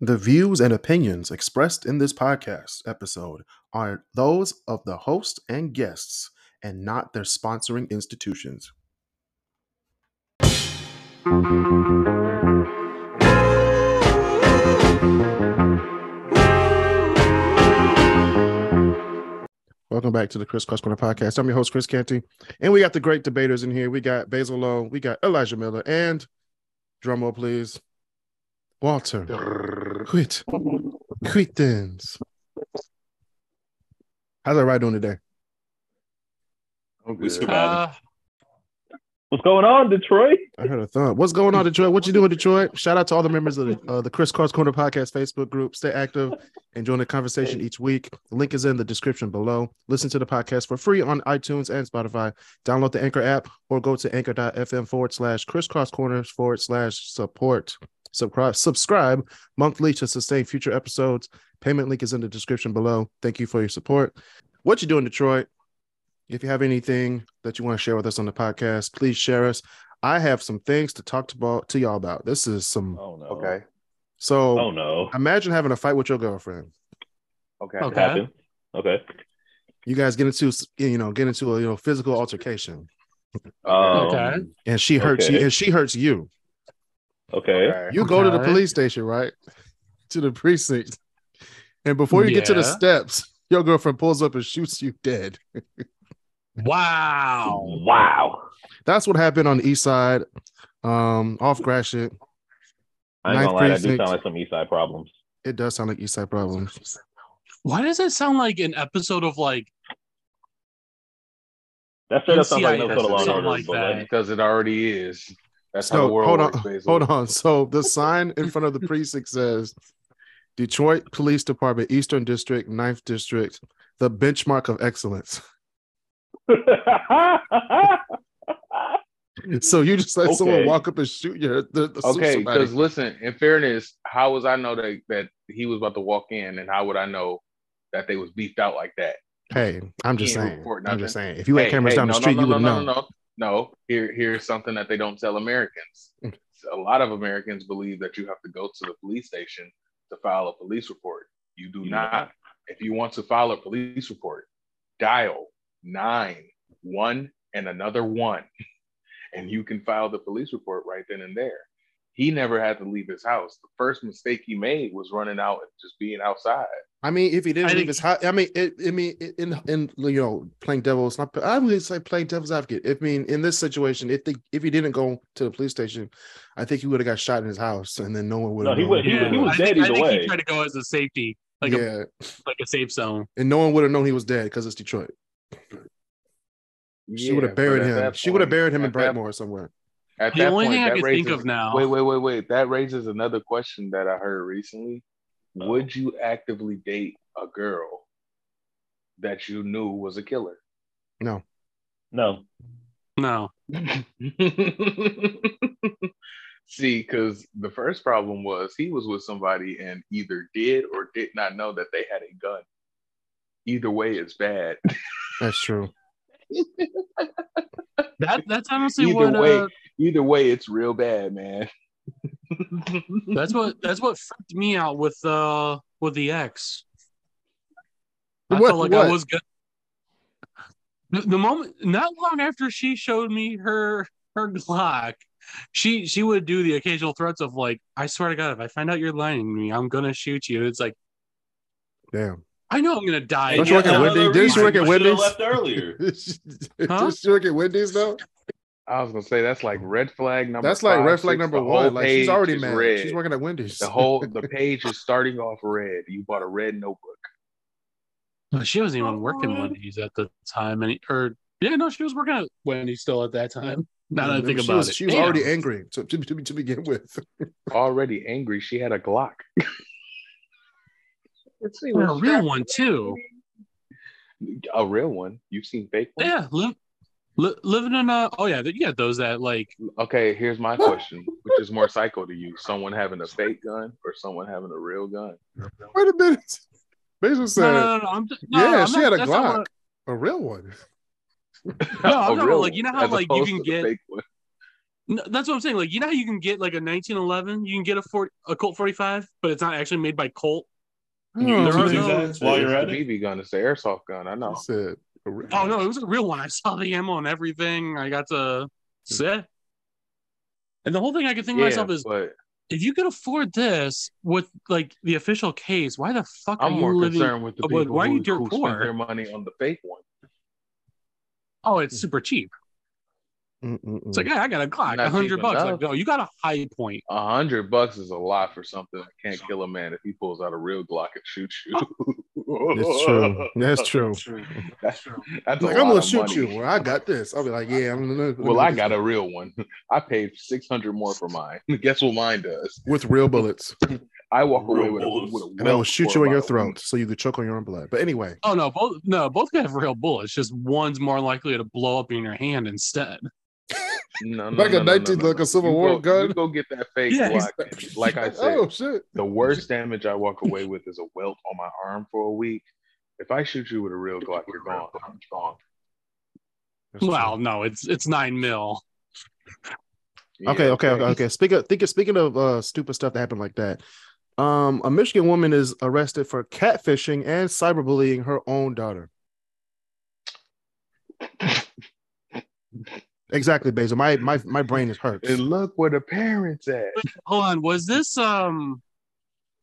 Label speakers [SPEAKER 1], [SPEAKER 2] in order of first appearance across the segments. [SPEAKER 1] The views and opinions expressed in this podcast episode are those of the host and guests and not their sponsoring institutions. Welcome back to the Chris Cross Corner Podcast. I'm your host, Chris Canty, and we got the great debaters in here. We got Basil Lowe, we got Elijah Miller, and drum roll, please, Walter. Quit. Quittens. How's everybody doing today?
[SPEAKER 2] We survived.
[SPEAKER 3] Uh,
[SPEAKER 4] What's going on, Detroit?
[SPEAKER 1] I heard a thump. What's going on, Detroit? What you doing, Detroit? Shout out to all the members of the, uh, the Chris Cross Corner Podcast Facebook group. Stay active and join the conversation each week. The link is in the description below. Listen to the podcast for free on iTunes and Spotify. Download the Anchor app or go to anchor.fm forward slash crisscross corners forward slash support. Subscribe, subscribe monthly to sustain future episodes. Payment link is in the description below. Thank you for your support. What you doing, Detroit? If you have anything that you want to share with us on the podcast, please share us. I have some things to talk to, about, to y'all about. This is some
[SPEAKER 4] Oh no.
[SPEAKER 2] Okay.
[SPEAKER 1] so
[SPEAKER 4] Oh no.
[SPEAKER 1] imagine having a fight with your girlfriend.
[SPEAKER 2] Okay.
[SPEAKER 4] It
[SPEAKER 3] okay.
[SPEAKER 4] happened. Okay.
[SPEAKER 1] You guys get into you know get into a you know physical altercation,
[SPEAKER 4] Um,
[SPEAKER 3] Okay.
[SPEAKER 1] and she hurts
[SPEAKER 4] Okay.
[SPEAKER 1] you, and she hurts you.
[SPEAKER 4] Okay.
[SPEAKER 2] Okay.
[SPEAKER 1] You go to the
[SPEAKER 3] Okay.
[SPEAKER 1] police station, right? To the precinct, and before you get to the
[SPEAKER 3] Yeah.
[SPEAKER 1] steps, your girlfriend pulls up and shoots you dead.
[SPEAKER 3] Wow.
[SPEAKER 4] Wow.
[SPEAKER 1] That's what happened on the east side, um, off Gratiot.
[SPEAKER 4] I ain't
[SPEAKER 1] Ninth
[SPEAKER 4] gonna lie, that do
[SPEAKER 1] precinct.
[SPEAKER 4] sound like some East Side problems.
[SPEAKER 1] It does sound like east side problems.
[SPEAKER 3] Why does that sound like an episode of like
[SPEAKER 4] That straight up sounds like no
[SPEAKER 3] NCIS
[SPEAKER 4] code
[SPEAKER 3] or
[SPEAKER 4] law and
[SPEAKER 3] something
[SPEAKER 4] order.
[SPEAKER 3] like
[SPEAKER 4] but
[SPEAKER 3] that.
[SPEAKER 4] like,
[SPEAKER 5] because it already is. That's how
[SPEAKER 1] So,
[SPEAKER 5] the world
[SPEAKER 1] hold
[SPEAKER 5] works.
[SPEAKER 1] on,
[SPEAKER 5] basically.
[SPEAKER 1] Hold on. So the sign in front of the precinct says Detroit Police Department, Eastern District, Ninth District, the benchmark of excellence. So you just let someone
[SPEAKER 4] Okay.
[SPEAKER 1] walk up and shoot your the, the shoot
[SPEAKER 5] Okay,
[SPEAKER 1] somebody.
[SPEAKER 5] because listen, in fairness, how was I know that that he was about to walk in, and how would I know that they was beefed out like that?
[SPEAKER 1] Hey, I'm just
[SPEAKER 5] Can't
[SPEAKER 1] saying.
[SPEAKER 5] report
[SPEAKER 1] I'm
[SPEAKER 5] nothing.
[SPEAKER 1] just saying. If you had
[SPEAKER 5] Hey,
[SPEAKER 1] cameras
[SPEAKER 5] hey,
[SPEAKER 1] down
[SPEAKER 5] no,
[SPEAKER 1] the
[SPEAKER 5] no,
[SPEAKER 1] street,
[SPEAKER 5] no,
[SPEAKER 1] you
[SPEAKER 5] no,
[SPEAKER 1] would
[SPEAKER 5] no,
[SPEAKER 1] know.
[SPEAKER 5] No, no, no. Here, here's something that they don't tell Americans.
[SPEAKER 1] Mm.
[SPEAKER 5] a lot of Americans believe that you have to go to the police station to file a police report. You do
[SPEAKER 4] You do
[SPEAKER 5] not. If you want to file a police report, dial nine one and another one, and you can file the police report right then and there. He never had to leave his house. The first mistake he made was running out and just being outside.
[SPEAKER 1] I mean, if he didn't
[SPEAKER 3] I
[SPEAKER 1] leave
[SPEAKER 3] think-
[SPEAKER 1] his house, I mean, it, I mean, it- in in you know, playing devil's not. I would say playing devil's advocate. I mean, in this situation, if they if he didn't go to the police station, I think he would have got shot in his house, and then no one would.
[SPEAKER 4] No, he would- he
[SPEAKER 3] yeah,
[SPEAKER 4] was- he was
[SPEAKER 3] I
[SPEAKER 4] dead
[SPEAKER 3] think, I
[SPEAKER 4] either
[SPEAKER 3] think
[SPEAKER 4] way.
[SPEAKER 3] he tried to go as a safety, like a
[SPEAKER 1] yeah,
[SPEAKER 3] like a safe zone.
[SPEAKER 1] and no one would have known he was dead because it's Detroit. She would
[SPEAKER 5] Yeah,
[SPEAKER 1] have
[SPEAKER 5] but
[SPEAKER 1] buried
[SPEAKER 5] at
[SPEAKER 1] him.
[SPEAKER 5] that
[SPEAKER 1] She would have
[SPEAKER 5] point-
[SPEAKER 1] buried him in
[SPEAKER 5] at that-
[SPEAKER 1] Brightmoor somewhere.
[SPEAKER 5] At
[SPEAKER 3] The
[SPEAKER 5] that
[SPEAKER 3] only
[SPEAKER 5] point,
[SPEAKER 3] thing I
[SPEAKER 5] that
[SPEAKER 3] can
[SPEAKER 5] raises,
[SPEAKER 3] think of now.
[SPEAKER 5] Wait, wait, wait, wait. That raises another question that I heard recently.
[SPEAKER 4] Oh.
[SPEAKER 1] Uh-huh.
[SPEAKER 5] Would you actively date a girl that you knew was a killer?
[SPEAKER 4] no.
[SPEAKER 3] No.
[SPEAKER 5] See, because the first problem was he was with somebody and either did or did not know that they had a gun. Either way, it's bad.
[SPEAKER 1] That's true.
[SPEAKER 3] That that's honestly
[SPEAKER 5] Either
[SPEAKER 3] what
[SPEAKER 5] way.
[SPEAKER 3] uh,
[SPEAKER 5] Either way, it's real bad, man.
[SPEAKER 3] that's what that's what freaked me out with uh with the ex. I
[SPEAKER 1] What-
[SPEAKER 3] felt like
[SPEAKER 1] what?
[SPEAKER 3] I was good. The, the moment not long after she showed me her her Glock, she she would do the occasional threats of like, I swear to God, if I find out you're lying to me, I'm gonna shoot you. It's like
[SPEAKER 1] Damn.
[SPEAKER 3] I know I'm gonna die.
[SPEAKER 1] Don't you work at
[SPEAKER 3] Yeah.
[SPEAKER 1] Wendy's? Didn't you work at
[SPEAKER 4] Wendy?
[SPEAKER 1] Wendy's?
[SPEAKER 4] left earlier.
[SPEAKER 1] Did she work at Wendy's though?
[SPEAKER 5] I was gonna say that's like red flag number.
[SPEAKER 1] That's like
[SPEAKER 5] five,
[SPEAKER 1] red flag
[SPEAKER 5] six,
[SPEAKER 1] number
[SPEAKER 5] the whole
[SPEAKER 1] one. Like she's
[SPEAKER 5] page
[SPEAKER 1] already
[SPEAKER 5] is
[SPEAKER 1] mad.
[SPEAKER 5] red.
[SPEAKER 1] She's working at Wendy's.
[SPEAKER 5] The whole the page is starting off red. You bought a red notebook.
[SPEAKER 3] But she wasn't even working Wendy's at the time, and or yeah, no, she was working at Wendy's still at that time. Now that I
[SPEAKER 1] Mm-hmm.
[SPEAKER 3] think
[SPEAKER 1] she
[SPEAKER 3] about
[SPEAKER 1] was,
[SPEAKER 3] it,
[SPEAKER 1] she was
[SPEAKER 3] Damn.
[SPEAKER 1] already angry to, to, to, to begin with.
[SPEAKER 5] Already angry, she had a Glock. Let's see
[SPEAKER 3] And a
[SPEAKER 5] what
[SPEAKER 3] real
[SPEAKER 5] she-
[SPEAKER 3] one too.
[SPEAKER 5] A real one. You've seen fake ones.
[SPEAKER 3] Yeah, li- li- living in a oh yeah, you got those that like
[SPEAKER 5] Okay, here's my question: Which is more psycho to you, someone having a fake gun or someone having a real gun?
[SPEAKER 1] Wait a minute. Basil said
[SPEAKER 3] no, no, no, no, I'm just, no,
[SPEAKER 1] Yeah,
[SPEAKER 3] I'm
[SPEAKER 1] she
[SPEAKER 3] not-
[SPEAKER 1] had a
[SPEAKER 3] that's not what-
[SPEAKER 1] Glock. a real one.
[SPEAKER 3] No, I'm
[SPEAKER 5] A
[SPEAKER 3] not
[SPEAKER 5] real
[SPEAKER 3] like- you know
[SPEAKER 5] one,
[SPEAKER 3] how,
[SPEAKER 5] as
[SPEAKER 3] like, you
[SPEAKER 5] opposed
[SPEAKER 3] can
[SPEAKER 5] to the
[SPEAKER 3] get-
[SPEAKER 5] fake one.
[SPEAKER 3] No, that's what I'm saying. Like, you know how you can get like a 1911, you can get a 40, a Colt 45, but it's not actually made by Colt.
[SPEAKER 5] You can use that while you're at it. BB gun. It's the airsoft gun. I know.
[SPEAKER 3] Said, oh no, it was a real one. I saw the ammo and everything. I got to sit. And the whole thing I could think to
[SPEAKER 5] Yeah,
[SPEAKER 3] myself is,
[SPEAKER 5] but
[SPEAKER 3] if you could afford this with like the official case, why the fuck are
[SPEAKER 5] I'm
[SPEAKER 3] you
[SPEAKER 5] more
[SPEAKER 3] living?
[SPEAKER 5] concerned with the
[SPEAKER 3] like,
[SPEAKER 5] people
[SPEAKER 3] why are you
[SPEAKER 5] who,
[SPEAKER 3] dirt
[SPEAKER 5] who spend their
[SPEAKER 3] poor?
[SPEAKER 5] money on the fake one.
[SPEAKER 3] Oh, it's super cheap. It's like, yeah, I got a Glock,
[SPEAKER 5] Not
[SPEAKER 3] a
[SPEAKER 5] cheap
[SPEAKER 3] hundred bucks.
[SPEAKER 5] enough.
[SPEAKER 3] Like, no, you got a high point.
[SPEAKER 5] A hundred bucks is a lot for something that can't kill a man if he pulls out a real Glock and shoots you.
[SPEAKER 1] That's true. That's true.
[SPEAKER 5] That's true. That's a
[SPEAKER 1] like I'm
[SPEAKER 5] lot
[SPEAKER 1] gonna
[SPEAKER 5] of
[SPEAKER 1] shoot
[SPEAKER 5] money.
[SPEAKER 1] you. Well, I got this. I'll be like, yeah, I'm gonna.
[SPEAKER 5] Well, I got a real one. I paid six hundred more for mine. Guess what mine does?
[SPEAKER 1] with real bullets,
[SPEAKER 5] I walk
[SPEAKER 4] Real
[SPEAKER 5] away with a,
[SPEAKER 4] bullets.
[SPEAKER 5] with a
[SPEAKER 1] and I will
[SPEAKER 5] welt
[SPEAKER 1] shoot
[SPEAKER 5] for
[SPEAKER 1] you in your
[SPEAKER 5] about a week.
[SPEAKER 1] throat so you could choke on your own blood. But anyway,
[SPEAKER 3] Oh no, both no, both could have real bullets. Just one's more likely to blow up in your hand instead.
[SPEAKER 5] No, no,
[SPEAKER 1] Like a
[SPEAKER 5] no, no, no,
[SPEAKER 1] 19
[SPEAKER 5] no,
[SPEAKER 1] like a
[SPEAKER 5] no.
[SPEAKER 1] Civil
[SPEAKER 5] You
[SPEAKER 1] War
[SPEAKER 5] go,
[SPEAKER 1] gun?
[SPEAKER 5] You go get that fake
[SPEAKER 3] Yeah,
[SPEAKER 5] Glock. Like I said,
[SPEAKER 1] oh shit,
[SPEAKER 5] the worst damage I walk away with is a welt on my arm for a week. If I shoot you with a real Glock, you're gone. I'm gone.
[SPEAKER 1] That's true.
[SPEAKER 3] Well, no, it's it's nine mil.
[SPEAKER 5] Yeah,
[SPEAKER 1] okay, okay, okay, okay. Speaking of, think, speaking of uh, stupid stuff that happened like that, um, a Michigan woman is arrested for catfishing and cyberbullying her own daughter. exactly, Basil. My my my brain is hurt.
[SPEAKER 5] And look where the parents at.
[SPEAKER 3] Hold on, was this um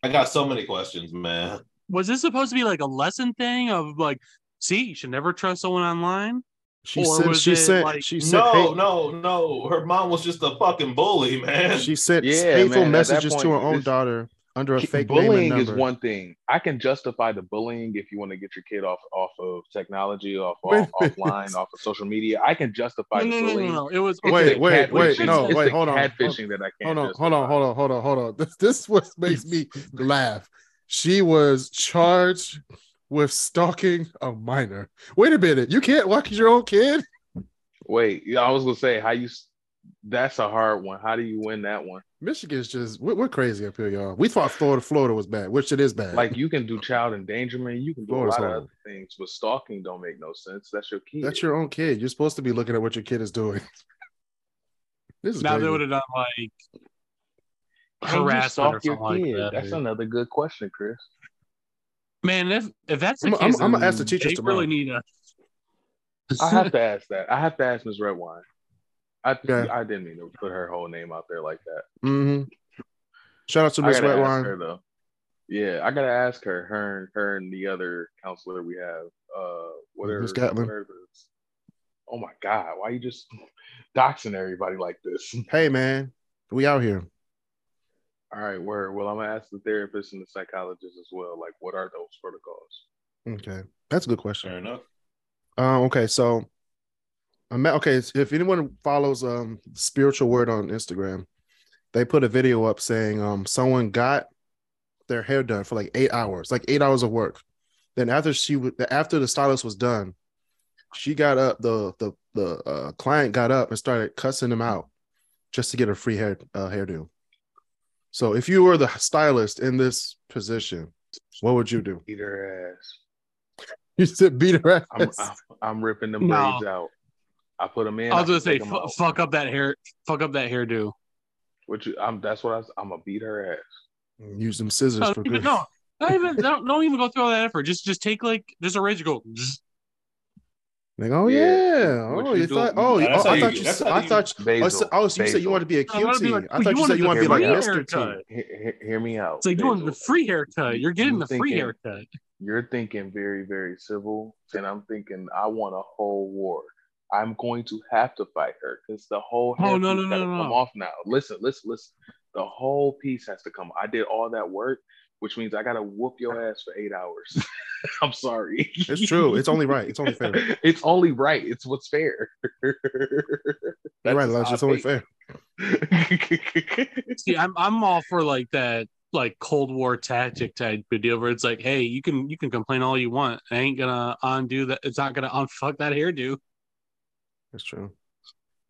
[SPEAKER 4] I got so many questions, man.
[SPEAKER 3] was this supposed to be like a lesson thing of like, see, you should never trust someone online?
[SPEAKER 1] She
[SPEAKER 3] Or
[SPEAKER 1] sent.
[SPEAKER 3] was
[SPEAKER 1] She
[SPEAKER 3] it
[SPEAKER 1] sent.
[SPEAKER 3] like-
[SPEAKER 1] she sent.
[SPEAKER 4] No,
[SPEAKER 1] hate-
[SPEAKER 4] no, no. Her mom was just a fucking bully, man.
[SPEAKER 1] She sent
[SPEAKER 5] Yeah,
[SPEAKER 1] hateful
[SPEAKER 5] man, at that
[SPEAKER 1] messages to
[SPEAKER 5] point,
[SPEAKER 1] her own
[SPEAKER 5] this-
[SPEAKER 1] daughter under a
[SPEAKER 5] Ki-
[SPEAKER 1] fake name
[SPEAKER 5] bullying
[SPEAKER 1] and
[SPEAKER 5] is
[SPEAKER 1] number.
[SPEAKER 5] one thing. I can justify the bullying if you want to get your kid off off of technology, off,
[SPEAKER 1] Wait
[SPEAKER 5] off
[SPEAKER 1] a minute.
[SPEAKER 5] offline, off of social media. I can justify
[SPEAKER 3] No,
[SPEAKER 5] the
[SPEAKER 3] no, no,
[SPEAKER 5] bullying.
[SPEAKER 3] no, no. It was
[SPEAKER 5] It's
[SPEAKER 1] Wait,
[SPEAKER 5] the
[SPEAKER 1] wait,
[SPEAKER 5] catfishing-
[SPEAKER 1] wait, no,
[SPEAKER 5] it's
[SPEAKER 1] wait,
[SPEAKER 5] the
[SPEAKER 1] hold on, hold-
[SPEAKER 5] Catfishing that I
[SPEAKER 1] Hold
[SPEAKER 5] can't.
[SPEAKER 1] on,
[SPEAKER 5] justify.
[SPEAKER 1] hold on, hold on, hold on, hold on. This this is what makes me laugh. She was charged with stalking a minor. Wait a minute, you can't walk your own kid.
[SPEAKER 5] Wait, yeah, I was gonna say how you. s- That's a hard one. How do you win that one?
[SPEAKER 1] Michigan's just we're, we're crazy up here, y'all. We thought Florida, Florida was bad, which it is bad.
[SPEAKER 5] Like you can do child endangerment. You can do
[SPEAKER 1] Lord,
[SPEAKER 5] a lot
[SPEAKER 1] hold on.
[SPEAKER 5] of other things, but stalking don't make no sense. That's your key.
[SPEAKER 1] that's your own kid. You're supposed to be looking at what your kid is doing. this is
[SPEAKER 3] now they
[SPEAKER 1] crazy.
[SPEAKER 3] would have done like
[SPEAKER 5] Can you
[SPEAKER 3] harassment or
[SPEAKER 5] stalk your
[SPEAKER 3] something like
[SPEAKER 5] kid?
[SPEAKER 3] that.
[SPEAKER 5] That's another good question, Chris.
[SPEAKER 3] Man, if if that's the
[SPEAKER 1] I'm- I'm-
[SPEAKER 3] case,
[SPEAKER 1] I'm gonna
[SPEAKER 3] then
[SPEAKER 1] ask the teachers
[SPEAKER 3] They
[SPEAKER 1] tomorrow.
[SPEAKER 3] really need a.
[SPEAKER 5] I have to ask that. I have to ask Ms. Redwine. I
[SPEAKER 1] Yeah.
[SPEAKER 5] I didn't mean to put her whole name out there like that.
[SPEAKER 1] Mhm. Shout out to
[SPEAKER 5] I
[SPEAKER 1] Miss
[SPEAKER 5] gotta
[SPEAKER 1] Red
[SPEAKER 5] ask her though. Yeah, I gotta ask her. Her and her and the other counselor we have. Uh, what are,
[SPEAKER 1] Ms. Gatlin.
[SPEAKER 5] what are the- Oh my God! Why you just doxing everybody like this?
[SPEAKER 1] Hey man, we out here.
[SPEAKER 5] All right, word. Well, I'm gonna ask the therapist and the psychologist as well. Like, what are those protocols?
[SPEAKER 1] Okay, that's a good question.
[SPEAKER 4] Fair enough.
[SPEAKER 1] Uh, okay, so I'm okay. so If anyone follows um spiritual word on Instagram, they put a video up saying um someone got their hair done for like eight hours, like eight hours of work. Then after she w- after the stylist was done, she got up. the the The uh, client got up and started cussing him out just to get a free hair uh, hairdo. So if you were the stylist in this position, what would you do?
[SPEAKER 5] Eat her ass.
[SPEAKER 1] You said beat her ass.
[SPEAKER 5] I'm I'm, I'm ripping them
[SPEAKER 3] No.
[SPEAKER 5] braids out. I put them in.
[SPEAKER 3] I was gonna
[SPEAKER 5] take
[SPEAKER 3] say,
[SPEAKER 5] them
[SPEAKER 3] fu-
[SPEAKER 5] out.
[SPEAKER 3] fuck up that hair, fuck up that hairdo.
[SPEAKER 5] What you? I'm. That's what I. Was, I'm gonna beat her ass.
[SPEAKER 1] Use them scissors
[SPEAKER 3] No,
[SPEAKER 1] for
[SPEAKER 3] even,
[SPEAKER 1] good.
[SPEAKER 3] no, not even don't, don't even go through all that effort. Just just take like just a razor, go. zzz.
[SPEAKER 1] Like, oh
[SPEAKER 5] Yeah.
[SPEAKER 1] yeah,
[SPEAKER 5] What
[SPEAKER 1] oh
[SPEAKER 5] you
[SPEAKER 1] you
[SPEAKER 5] do-
[SPEAKER 1] thought, oh,
[SPEAKER 4] Yeah, that's
[SPEAKER 1] oh,
[SPEAKER 4] how
[SPEAKER 1] I
[SPEAKER 4] you-
[SPEAKER 1] thought you,
[SPEAKER 4] that's
[SPEAKER 1] s-
[SPEAKER 4] how
[SPEAKER 1] I
[SPEAKER 4] you-
[SPEAKER 1] thought, you, oh, so,
[SPEAKER 5] Basil,
[SPEAKER 1] oh, so you said you
[SPEAKER 5] basil.
[SPEAKER 1] wanted to be a
[SPEAKER 3] I wanna
[SPEAKER 1] cutie.
[SPEAKER 3] be like,
[SPEAKER 1] I
[SPEAKER 3] well,
[SPEAKER 1] thought
[SPEAKER 3] you
[SPEAKER 1] you, said you
[SPEAKER 3] wanted to
[SPEAKER 1] want to be
[SPEAKER 3] be
[SPEAKER 1] like
[SPEAKER 3] a
[SPEAKER 1] Mr.
[SPEAKER 3] haircut.
[SPEAKER 1] T.
[SPEAKER 5] He- he- hear me out.
[SPEAKER 3] It's like doing the
[SPEAKER 5] Basil.
[SPEAKER 3] free haircut. You're getting
[SPEAKER 5] You
[SPEAKER 3] the free
[SPEAKER 5] thinking-
[SPEAKER 3] haircut.
[SPEAKER 5] You're thinking very, very civil, and I'm thinking I want a whole war. I'm going to have to fight her because the whole
[SPEAKER 3] Oh,
[SPEAKER 5] hair
[SPEAKER 3] no,
[SPEAKER 5] piece
[SPEAKER 3] no, no,
[SPEAKER 5] gotta
[SPEAKER 3] no.
[SPEAKER 5] come off now. Listen, listen, listen. The whole piece has to come. I did all that work, which means I gotta whoop your ass for eight hours. I'm sorry.
[SPEAKER 1] It's true. It's only right. It's only fair. You're
[SPEAKER 5] it's only right. It's what's fair. That's
[SPEAKER 1] right,
[SPEAKER 5] just
[SPEAKER 1] Lodge.
[SPEAKER 5] how
[SPEAKER 1] It's
[SPEAKER 5] I
[SPEAKER 1] only
[SPEAKER 5] think.
[SPEAKER 1] fair.
[SPEAKER 3] See, I'm I'm all for like that like Cold War tactic type of deal where it's like, hey, you can you can complain all you want. I ain't gonna undo that. It's not gonna unfuck that hairdo.
[SPEAKER 1] It's true.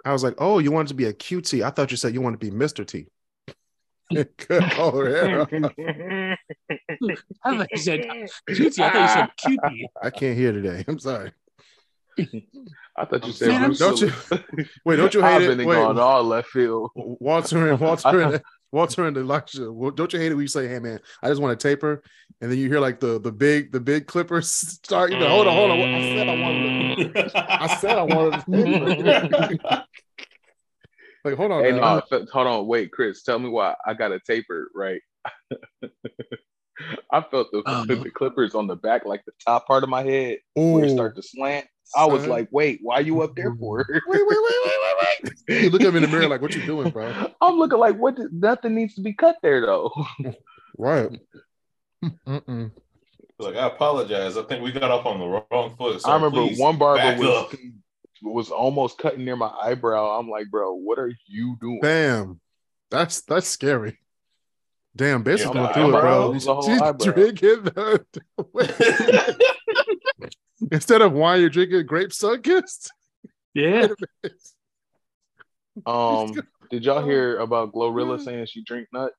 [SPEAKER 1] I was like, oh, you wanted to be a cutie. I thought you said you wanted to be Mr. T. Good oh, old hair.
[SPEAKER 3] I thought you said cutie. I thought you said cutie.
[SPEAKER 1] I can't hear today. I'm sorry.
[SPEAKER 5] I thought you
[SPEAKER 4] I'm
[SPEAKER 5] said
[SPEAKER 3] sorry.
[SPEAKER 5] Bruce
[SPEAKER 1] Don't you-
[SPEAKER 5] Willis.
[SPEAKER 1] Wait, don't you
[SPEAKER 5] I've
[SPEAKER 1] hate
[SPEAKER 5] been
[SPEAKER 1] it?
[SPEAKER 5] gone
[SPEAKER 1] Wait,
[SPEAKER 5] all left field.
[SPEAKER 1] Walter and Walter and Walter and Elijah. Well, don't you hate it when you say, "Hey man, I just want to taper," and then you hear like the the big the big clippers start. You know, hold on, hold on. I said I wanted. To, I said I wanted. To taper. like, hold on.
[SPEAKER 5] Hey,
[SPEAKER 1] now.
[SPEAKER 5] no, f- hold on, wait, Chris, tell me why I got a taper, right? I felt the,
[SPEAKER 3] Um.
[SPEAKER 5] the Clippers on the back, like the top part of my head, where it
[SPEAKER 1] Ooh,
[SPEAKER 5] start to slant. I was
[SPEAKER 1] son.
[SPEAKER 5] like, wait, why you up there for?
[SPEAKER 1] wait, wait, wait, wait, wait, wait. You look at me in the mirror like, what you doing, bro?
[SPEAKER 5] I'm looking like what? did- nothing needs to be cut there though.
[SPEAKER 1] Right. Mm-mm.
[SPEAKER 4] Like I apologize. I think we got off on the wrong foot. sir.
[SPEAKER 5] I remember
[SPEAKER 4] Please
[SPEAKER 5] one barber
[SPEAKER 4] back
[SPEAKER 5] was
[SPEAKER 4] up.
[SPEAKER 5] was almost cutting near my eyebrow. I'm like, bro, what are you doing?
[SPEAKER 1] Damn, that's that's scary. Damn, Benson's
[SPEAKER 4] Yeah,
[SPEAKER 1] gonna
[SPEAKER 4] my
[SPEAKER 1] do it,
[SPEAKER 5] eyebrow
[SPEAKER 1] bro.
[SPEAKER 5] is a whole
[SPEAKER 1] She's
[SPEAKER 5] eyebrow.
[SPEAKER 1] drinking the, instead of wine, you're drinking grape sun kissed.
[SPEAKER 3] Yeah.
[SPEAKER 5] Um, did
[SPEAKER 1] Oh.
[SPEAKER 5] y'all hear about
[SPEAKER 1] Mm.
[SPEAKER 5] Glorilla saying she drink nut?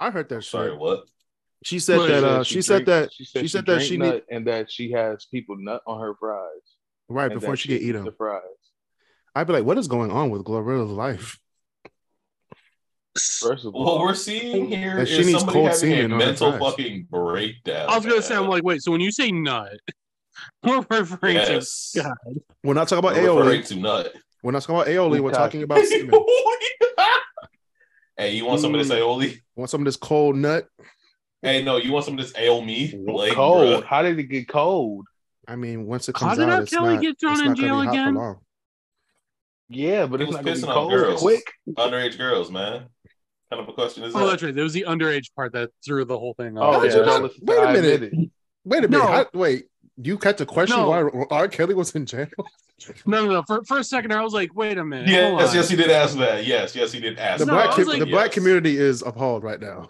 [SPEAKER 1] I heard that
[SPEAKER 4] Sorry,
[SPEAKER 1] shit.
[SPEAKER 4] what?
[SPEAKER 1] She said
[SPEAKER 3] Wait,
[SPEAKER 1] that.
[SPEAKER 5] said
[SPEAKER 1] Uh, she said
[SPEAKER 5] drink-
[SPEAKER 1] that
[SPEAKER 5] she said
[SPEAKER 1] she
[SPEAKER 5] she,
[SPEAKER 1] said that
[SPEAKER 5] drink
[SPEAKER 1] she
[SPEAKER 5] nut
[SPEAKER 1] need-
[SPEAKER 5] and that she has people nut on her fries
[SPEAKER 1] right
[SPEAKER 5] and
[SPEAKER 1] before
[SPEAKER 5] that
[SPEAKER 1] she get
[SPEAKER 5] eats
[SPEAKER 1] eaten.
[SPEAKER 5] The fries,
[SPEAKER 1] I'd be like, what is going on with Glorilla's life?
[SPEAKER 5] first of all,
[SPEAKER 4] What we're seeing here
[SPEAKER 1] That
[SPEAKER 4] is
[SPEAKER 1] she needs
[SPEAKER 4] somebody
[SPEAKER 1] cold
[SPEAKER 4] having
[SPEAKER 1] semen
[SPEAKER 4] a
[SPEAKER 1] on her
[SPEAKER 4] mental
[SPEAKER 1] thighs.
[SPEAKER 4] fucking breakdown.
[SPEAKER 3] I was gonna say,
[SPEAKER 4] man.
[SPEAKER 3] I'm like, wait, so when you say nut, we're referring to
[SPEAKER 4] yes.
[SPEAKER 3] God.
[SPEAKER 1] When I talk about
[SPEAKER 4] We're referring
[SPEAKER 1] aioli,
[SPEAKER 4] to nut.
[SPEAKER 1] when I talk about aioli, we're talking about E? semen.
[SPEAKER 4] hey, you want some of this
[SPEAKER 3] Mm.
[SPEAKER 4] aioli?
[SPEAKER 1] Want some of this cold nut?
[SPEAKER 4] Hey, no, you want some of this aioli? Like,
[SPEAKER 5] cold.
[SPEAKER 4] bruh.
[SPEAKER 5] How did it get cold?
[SPEAKER 1] I mean, once it
[SPEAKER 3] How
[SPEAKER 1] comes
[SPEAKER 3] did R.
[SPEAKER 1] out, it's
[SPEAKER 3] Kelly
[SPEAKER 1] not,
[SPEAKER 3] get thrown
[SPEAKER 1] it's
[SPEAKER 3] in
[SPEAKER 1] not gonna
[SPEAKER 3] jail
[SPEAKER 1] be hot for
[SPEAKER 3] again?
[SPEAKER 1] long.
[SPEAKER 5] Yeah, but
[SPEAKER 4] He
[SPEAKER 5] it's
[SPEAKER 4] was
[SPEAKER 5] not gonna be
[SPEAKER 4] pissing on
[SPEAKER 5] cold
[SPEAKER 4] girls.
[SPEAKER 5] quick.
[SPEAKER 4] Underage girls, man. Kind of a question is
[SPEAKER 3] Oh,
[SPEAKER 4] that?
[SPEAKER 3] that's right. There was the underage part that threw the whole thing
[SPEAKER 5] Oh,
[SPEAKER 3] off.
[SPEAKER 1] How did
[SPEAKER 5] yeah,
[SPEAKER 1] you
[SPEAKER 5] y'all
[SPEAKER 1] not-
[SPEAKER 5] listen
[SPEAKER 1] wait
[SPEAKER 5] to
[SPEAKER 1] a
[SPEAKER 5] I
[SPEAKER 1] minute.
[SPEAKER 5] Admit It.
[SPEAKER 1] Wait a minute.
[SPEAKER 3] No.
[SPEAKER 1] how- wait, you had to question
[SPEAKER 3] No.
[SPEAKER 1] why R. Kelly was in jail?
[SPEAKER 3] No, no, no. For, for a second, I was like, wait a minute. hold
[SPEAKER 4] Yes,
[SPEAKER 3] on.
[SPEAKER 4] yes, he did ask that. Yes, yes, he did ask.
[SPEAKER 1] The
[SPEAKER 3] No, I
[SPEAKER 1] black
[SPEAKER 3] was
[SPEAKER 1] com-
[SPEAKER 3] like-
[SPEAKER 1] the black community is appalled right now.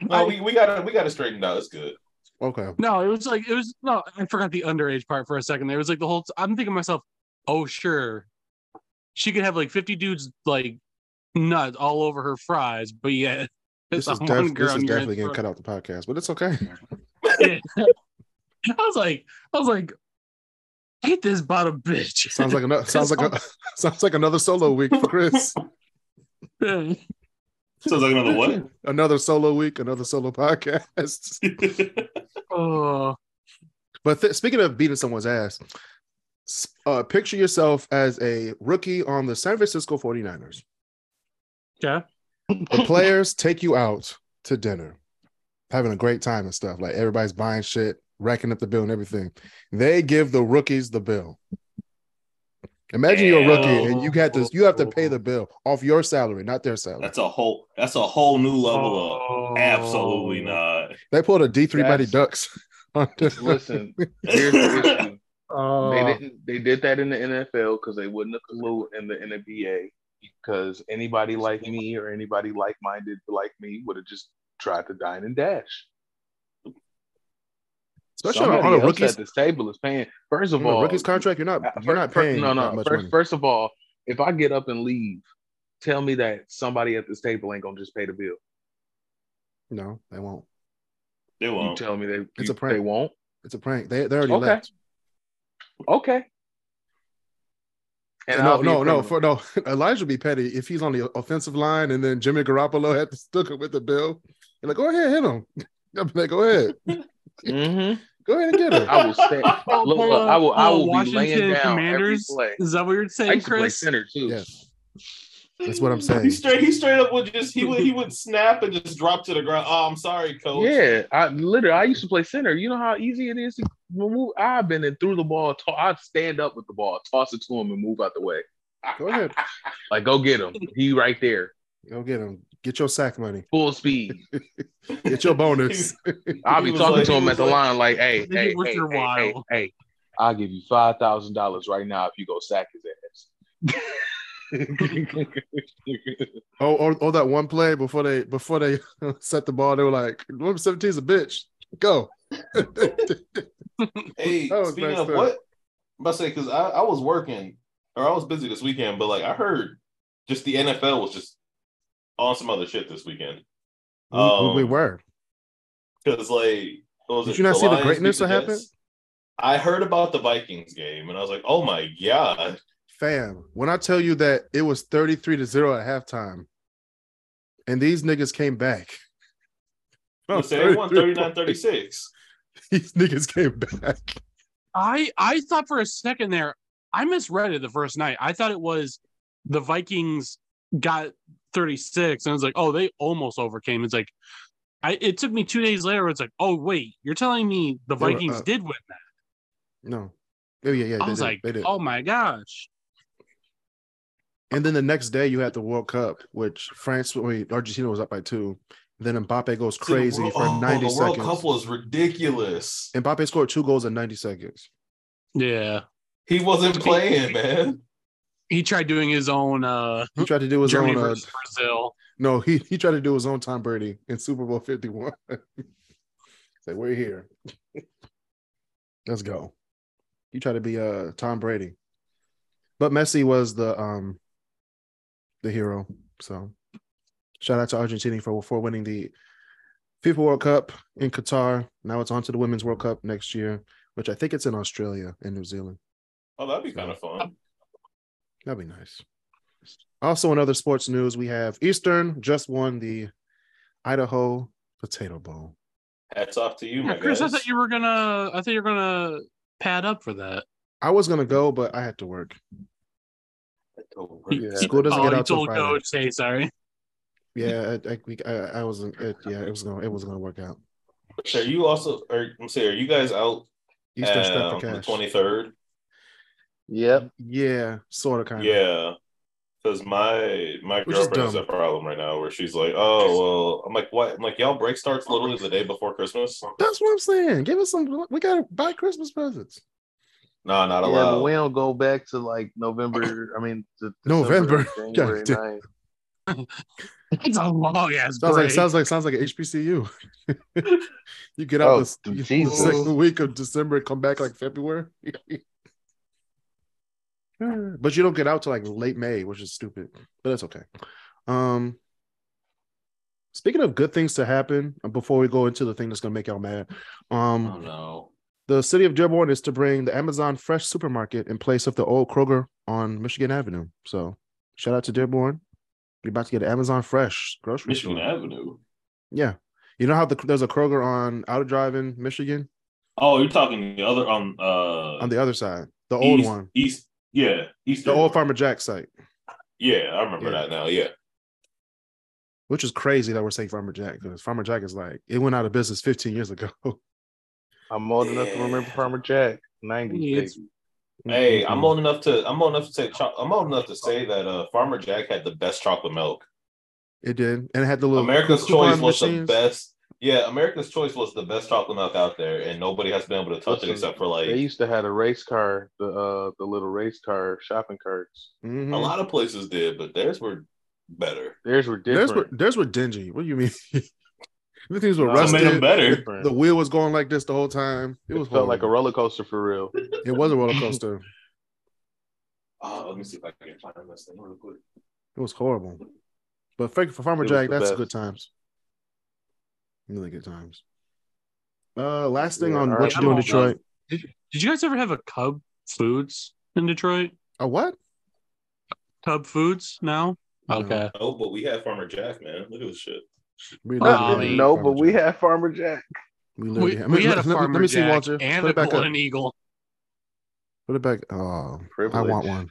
[SPEAKER 4] No, we, we gotta we gotta straighten out. It's good.
[SPEAKER 1] Okay.
[SPEAKER 3] No, it was like it was no. I forgot the underage part for a second. There It was like the whole. i I'm thinking to myself, oh sure, she could have like 50 dudes like nuts all over her fries, but yeah,
[SPEAKER 1] This
[SPEAKER 3] it's
[SPEAKER 1] is,
[SPEAKER 3] on
[SPEAKER 1] def-
[SPEAKER 3] one girl.
[SPEAKER 1] this is
[SPEAKER 3] and you're in
[SPEAKER 1] definitely getting
[SPEAKER 3] for-
[SPEAKER 1] cut out the podcast, but it's okay.
[SPEAKER 3] I was like, I was like, hate this bottom bitch.
[SPEAKER 1] Sounds like another sounds like a, sounds like another solo week for Chris.
[SPEAKER 4] Sounds like another what?
[SPEAKER 1] another solo week, another solo podcast.
[SPEAKER 3] oh,
[SPEAKER 1] But th- speaking of beating someone's ass, s- uh, picture yourself as a rookie on the San Francisco 49ers.
[SPEAKER 3] yeah.
[SPEAKER 1] The players take you out to dinner, having a great time and stuff. Like everybody's buying shit, racking up the bill and everything. They give the rookies the bill. Imagine you're a rookie and you got this, you have to pay the bill off your salary, not their salary.
[SPEAKER 4] that's a whole that's a whole new level of
[SPEAKER 3] Oh.
[SPEAKER 4] absolutely not.
[SPEAKER 1] They pulled a D three mighty
[SPEAKER 5] That's-
[SPEAKER 1] ducks. onto-
[SPEAKER 5] Listen, here's the issue.
[SPEAKER 1] Uh.
[SPEAKER 3] Oh.
[SPEAKER 5] They didn't. They did that in the NFL because they wouldn't have flew in the NBA because anybody like me or anybody like-minded like me would have just tried to dine and dash.
[SPEAKER 1] Especially on a-
[SPEAKER 5] Somebody
[SPEAKER 1] on a
[SPEAKER 5] else
[SPEAKER 1] rookie's
[SPEAKER 5] at this table is paying. First of
[SPEAKER 1] on a
[SPEAKER 5] all,
[SPEAKER 1] rookie's contract. You're not
[SPEAKER 5] uh,
[SPEAKER 1] you're
[SPEAKER 5] fir-
[SPEAKER 1] not
[SPEAKER 5] fir-
[SPEAKER 1] paying
[SPEAKER 5] no, no.
[SPEAKER 1] that much
[SPEAKER 5] first,
[SPEAKER 1] money.
[SPEAKER 5] first of all, if I get up and leave, tell me that somebody at this table ain't gonna just pay the bill.
[SPEAKER 1] No, they won't.
[SPEAKER 4] They
[SPEAKER 5] You
[SPEAKER 4] won't.
[SPEAKER 5] tell me they
[SPEAKER 1] It's
[SPEAKER 5] you-
[SPEAKER 1] a prank.
[SPEAKER 5] They won't.
[SPEAKER 1] It's a prank. They they already
[SPEAKER 5] Okay.
[SPEAKER 1] left.
[SPEAKER 5] Okay. And
[SPEAKER 1] no,
[SPEAKER 5] I'll be a
[SPEAKER 1] no, no,
[SPEAKER 5] criminal.
[SPEAKER 1] for no. Elijah be petty if he's on the offensive line, and then Jimmy Garoppolo had to stick it with the bill. You're like, go ahead, hit him. I'm like, go ahead,
[SPEAKER 5] Mhm.
[SPEAKER 1] go ahead and get him.
[SPEAKER 5] I will stay.
[SPEAKER 3] Oh,
[SPEAKER 5] Look,
[SPEAKER 3] hold
[SPEAKER 5] look,
[SPEAKER 3] on.
[SPEAKER 5] I will. I
[SPEAKER 3] Oh,
[SPEAKER 5] will
[SPEAKER 3] Washington
[SPEAKER 5] be laying down
[SPEAKER 3] Commanders.
[SPEAKER 5] every play.
[SPEAKER 3] Is that what you're
[SPEAKER 5] I
[SPEAKER 3] saying,
[SPEAKER 5] used to play
[SPEAKER 3] Chris?
[SPEAKER 5] center too.
[SPEAKER 1] Yeah, that's what I'm
[SPEAKER 4] He
[SPEAKER 1] saying.
[SPEAKER 4] straight he straight up would just he would he would snap and just drop to the ground. Oh, I'm sorry, coach.
[SPEAKER 5] Yeah, I literally I used to play center. You know how easy it is to move. I've been and threw the ball. To, I'd stand up with the ball, toss it to him, and move out the way.
[SPEAKER 1] Go ahead,
[SPEAKER 5] Like go get him. He right there,
[SPEAKER 1] go get him. Get your sack money.
[SPEAKER 5] full speed.
[SPEAKER 1] Get your bonus.
[SPEAKER 5] I'll be
[SPEAKER 4] He was
[SPEAKER 5] talking
[SPEAKER 4] like-
[SPEAKER 5] to him
[SPEAKER 4] he
[SPEAKER 5] at the
[SPEAKER 4] was like-
[SPEAKER 5] line, like, hey,
[SPEAKER 3] think it
[SPEAKER 5] hey,
[SPEAKER 3] was
[SPEAKER 5] hey,
[SPEAKER 3] your
[SPEAKER 5] hey, hey,
[SPEAKER 3] while.
[SPEAKER 5] hey, I'll give you five thousand dollars right now if you go sack his ass.
[SPEAKER 1] Oh, or, or that one play before they before they set the ball, they were like, "Number 17 is a bitch. Go."
[SPEAKER 4] Hey,
[SPEAKER 1] That was
[SPEAKER 4] speaking
[SPEAKER 1] messed
[SPEAKER 4] of
[SPEAKER 1] up.
[SPEAKER 4] what, I'm about to say because I, I was working or I was busy this weekend, but like I heard, just the NFL was just on some other shit this weekend.
[SPEAKER 1] We- we, we
[SPEAKER 5] Oh.
[SPEAKER 4] Um,
[SPEAKER 1] were.
[SPEAKER 4] Because like, what was
[SPEAKER 1] Did
[SPEAKER 4] it?
[SPEAKER 1] you not see the
[SPEAKER 4] Lions beat
[SPEAKER 1] greatness that
[SPEAKER 4] Jets?
[SPEAKER 1] happened?
[SPEAKER 4] I heard about the Vikings game and I was like, oh my god.
[SPEAKER 1] Fam, when I tell you that it was 33 to 0 at halftime, and these niggas came back. Oh,
[SPEAKER 4] You say they won 39 36.
[SPEAKER 1] These niggas came back.
[SPEAKER 3] I I thought for a second there, I misread it the first night. I thought it was the Vikings got 36, and I was like, oh, they almost overcame. It's like, I it took me two days later. It's like, oh wait, you're telling me the
[SPEAKER 1] They were
[SPEAKER 3] Vikings
[SPEAKER 1] up.
[SPEAKER 3] did win that?
[SPEAKER 1] No. Oh, yeah, yeah.
[SPEAKER 3] I
[SPEAKER 1] they
[SPEAKER 3] was
[SPEAKER 1] did.
[SPEAKER 3] like,
[SPEAKER 1] they did.
[SPEAKER 3] oh my gosh,
[SPEAKER 1] And then the next day, you had the World Cup, which France, I mean, Argentina was up by two. Then Mbappe goes crazy
[SPEAKER 4] Dude,
[SPEAKER 1] for
[SPEAKER 4] oh,
[SPEAKER 1] 90
[SPEAKER 4] The World
[SPEAKER 1] seconds.
[SPEAKER 4] Cup was ridiculous.
[SPEAKER 1] Mbappe scored two goals in 90 seconds.
[SPEAKER 3] yeah.
[SPEAKER 4] He wasn't playing, man.
[SPEAKER 3] He tried doing his own uh
[SPEAKER 1] He tried to do his
[SPEAKER 3] Germany
[SPEAKER 1] own. Uh,
[SPEAKER 3] versus Brazil.
[SPEAKER 1] no, he, he tried to do his own Tom Brady in Super Bowl 51. Say, we're here. Let's go. You try to be uh, Tom Brady. But Messi was the um the hero. So shout out to Argentina for for winning the FIFA World Cup in Qatar. Now it's on to the Women's World Cup next year, which I think it's in Australia and New Zealand.
[SPEAKER 4] Oh, that'd be kind of fun.
[SPEAKER 1] That'd be nice. Also, in other sports news, we have Eastern just won the Idaho Potato Bowl.
[SPEAKER 4] Hats off to you,
[SPEAKER 3] Yeah,
[SPEAKER 4] my
[SPEAKER 3] Chris, I
[SPEAKER 4] guys.
[SPEAKER 3] thought you were gonna I thought you were gonna pad up for that.
[SPEAKER 1] I was gonna go, but I had to work.
[SPEAKER 4] Yeah.
[SPEAKER 1] School doesn't
[SPEAKER 3] oh,
[SPEAKER 1] get
[SPEAKER 3] you
[SPEAKER 1] out till
[SPEAKER 3] told
[SPEAKER 1] Friday.
[SPEAKER 3] coach, hey, sorry.
[SPEAKER 1] Yeah, I, I, we- I, I wasn't. It, yeah, it was gonna. It was gonna work out.
[SPEAKER 4] So Are you also? Are, I'm sorry. Are you guys out
[SPEAKER 1] Eastern
[SPEAKER 4] uh,
[SPEAKER 1] strapped
[SPEAKER 4] on
[SPEAKER 1] for
[SPEAKER 4] the
[SPEAKER 1] cash.
[SPEAKER 4] 23rd?
[SPEAKER 2] Yep.
[SPEAKER 1] Yeah, sort of, kind of.
[SPEAKER 4] Yeah, because my my
[SPEAKER 1] Which is
[SPEAKER 4] girlfriend has
[SPEAKER 1] dumb.
[SPEAKER 4] a problem right now where she's like, "Oh well," I'm like, "What?" I'm like, "Y'all break starts literally the day before Christmas."
[SPEAKER 1] That's what I'm saying. Give us some. We gotta buy Christmas presents.
[SPEAKER 4] No, not
[SPEAKER 2] Yeah,
[SPEAKER 4] allowed.
[SPEAKER 2] but we don't go back to like November. I mean, to
[SPEAKER 1] November.
[SPEAKER 2] December, January
[SPEAKER 1] God
[SPEAKER 2] 9th.
[SPEAKER 3] It's a long ass
[SPEAKER 1] Sounds like
[SPEAKER 3] break.
[SPEAKER 1] sounds like sounds like an HBCU. you get out
[SPEAKER 2] Oh,
[SPEAKER 1] this the
[SPEAKER 2] Jesus.
[SPEAKER 1] second week of December, come back like February. but you don't get out to like late May, which is stupid. But that's okay. Um, speaking of good things to happen, uh, before we go into the thing that's gonna make y'all mad, um,
[SPEAKER 4] Oh no.
[SPEAKER 1] the city of Dearborn is to bring the Amazon Fresh supermarket in place of the old Kroger on Michigan Avenue. So, shout out to Dearborn. You're about to get an Amazon Fresh grocery
[SPEAKER 4] Michigan
[SPEAKER 1] store.
[SPEAKER 4] Avenue.
[SPEAKER 1] Yeah. You know how the, there's a Kroger on Outer Drive in Michigan
[SPEAKER 4] Oh, you're talking the other on uh
[SPEAKER 1] on the other side, the old
[SPEAKER 4] east-
[SPEAKER 1] one,
[SPEAKER 4] East, yeah, East.
[SPEAKER 1] the old Farmer Jack site,
[SPEAKER 4] Yeah, I remember
[SPEAKER 1] Yeah.
[SPEAKER 4] that now. Yeah,
[SPEAKER 1] which is crazy that we're saying Farmer Jack because Farmer Jack is like it went out of business 15 years ago.
[SPEAKER 2] I'm old enough to remember Farmer Jack. 90.
[SPEAKER 3] Hey, it's-
[SPEAKER 2] baby.
[SPEAKER 1] Mm-hmm.
[SPEAKER 4] hey, I'm old enough to I'm old enough to say cho- I'm old enough to say that uh, Farmer Jack had the best chocolate milk.
[SPEAKER 1] It did, and it had the little
[SPEAKER 4] America's
[SPEAKER 1] coupon
[SPEAKER 4] Choice was
[SPEAKER 1] machines.
[SPEAKER 4] the best. Yeah, America's Choice was the best chocolate milk out there, and nobody has been able to touch it
[SPEAKER 2] Listen,
[SPEAKER 4] except for
[SPEAKER 2] They
[SPEAKER 4] like
[SPEAKER 2] used to have a race car, the uh, the little race car shopping carts.
[SPEAKER 1] Mhm.
[SPEAKER 4] a lot of places did, but theirs were better.
[SPEAKER 2] Theirs were
[SPEAKER 1] There's
[SPEAKER 2] different.
[SPEAKER 1] were, there's were dingy. What do you mean? the things were
[SPEAKER 2] No,
[SPEAKER 4] Some made them
[SPEAKER 1] rusted.
[SPEAKER 4] better.
[SPEAKER 2] Different.
[SPEAKER 1] The wheel was going like this the whole time. It
[SPEAKER 2] it
[SPEAKER 1] was
[SPEAKER 2] felt like a
[SPEAKER 1] horrible.
[SPEAKER 2] roller coaster for real.
[SPEAKER 1] it was a roller coaster.
[SPEAKER 4] Oh, let me see if I can find this thing real quick.
[SPEAKER 1] It was horrible. But for, for Farmer
[SPEAKER 2] It was
[SPEAKER 1] Jack,
[SPEAKER 2] the
[SPEAKER 1] that's
[SPEAKER 2] best.
[SPEAKER 1] good times. Really good times. Uh, last thing
[SPEAKER 2] Yeah,
[SPEAKER 1] on
[SPEAKER 2] all right,
[SPEAKER 1] what you do in
[SPEAKER 3] I'm all
[SPEAKER 1] Detroit.
[SPEAKER 3] Did you guys ever have a Cub Foods in Detroit?
[SPEAKER 1] A what?
[SPEAKER 3] Cub Foods? No.
[SPEAKER 1] No.
[SPEAKER 3] Okay.
[SPEAKER 4] Oh, but we had Farmer Jack, man. Look at this shit.
[SPEAKER 1] We
[SPEAKER 3] Well,
[SPEAKER 1] literally had
[SPEAKER 2] Um, no,
[SPEAKER 1] Farmer
[SPEAKER 2] but we
[SPEAKER 1] Jack.
[SPEAKER 2] have Farmer Jack.
[SPEAKER 1] We
[SPEAKER 3] We,
[SPEAKER 1] literally had.
[SPEAKER 3] we had a
[SPEAKER 1] let me-
[SPEAKER 3] farmer
[SPEAKER 1] Let me see,
[SPEAKER 3] Jack
[SPEAKER 1] Walter.
[SPEAKER 3] and
[SPEAKER 1] Put
[SPEAKER 3] a
[SPEAKER 1] it back up.
[SPEAKER 3] golden eagle.
[SPEAKER 1] Put it back. Oh, I
[SPEAKER 2] Privilege.
[SPEAKER 1] want one.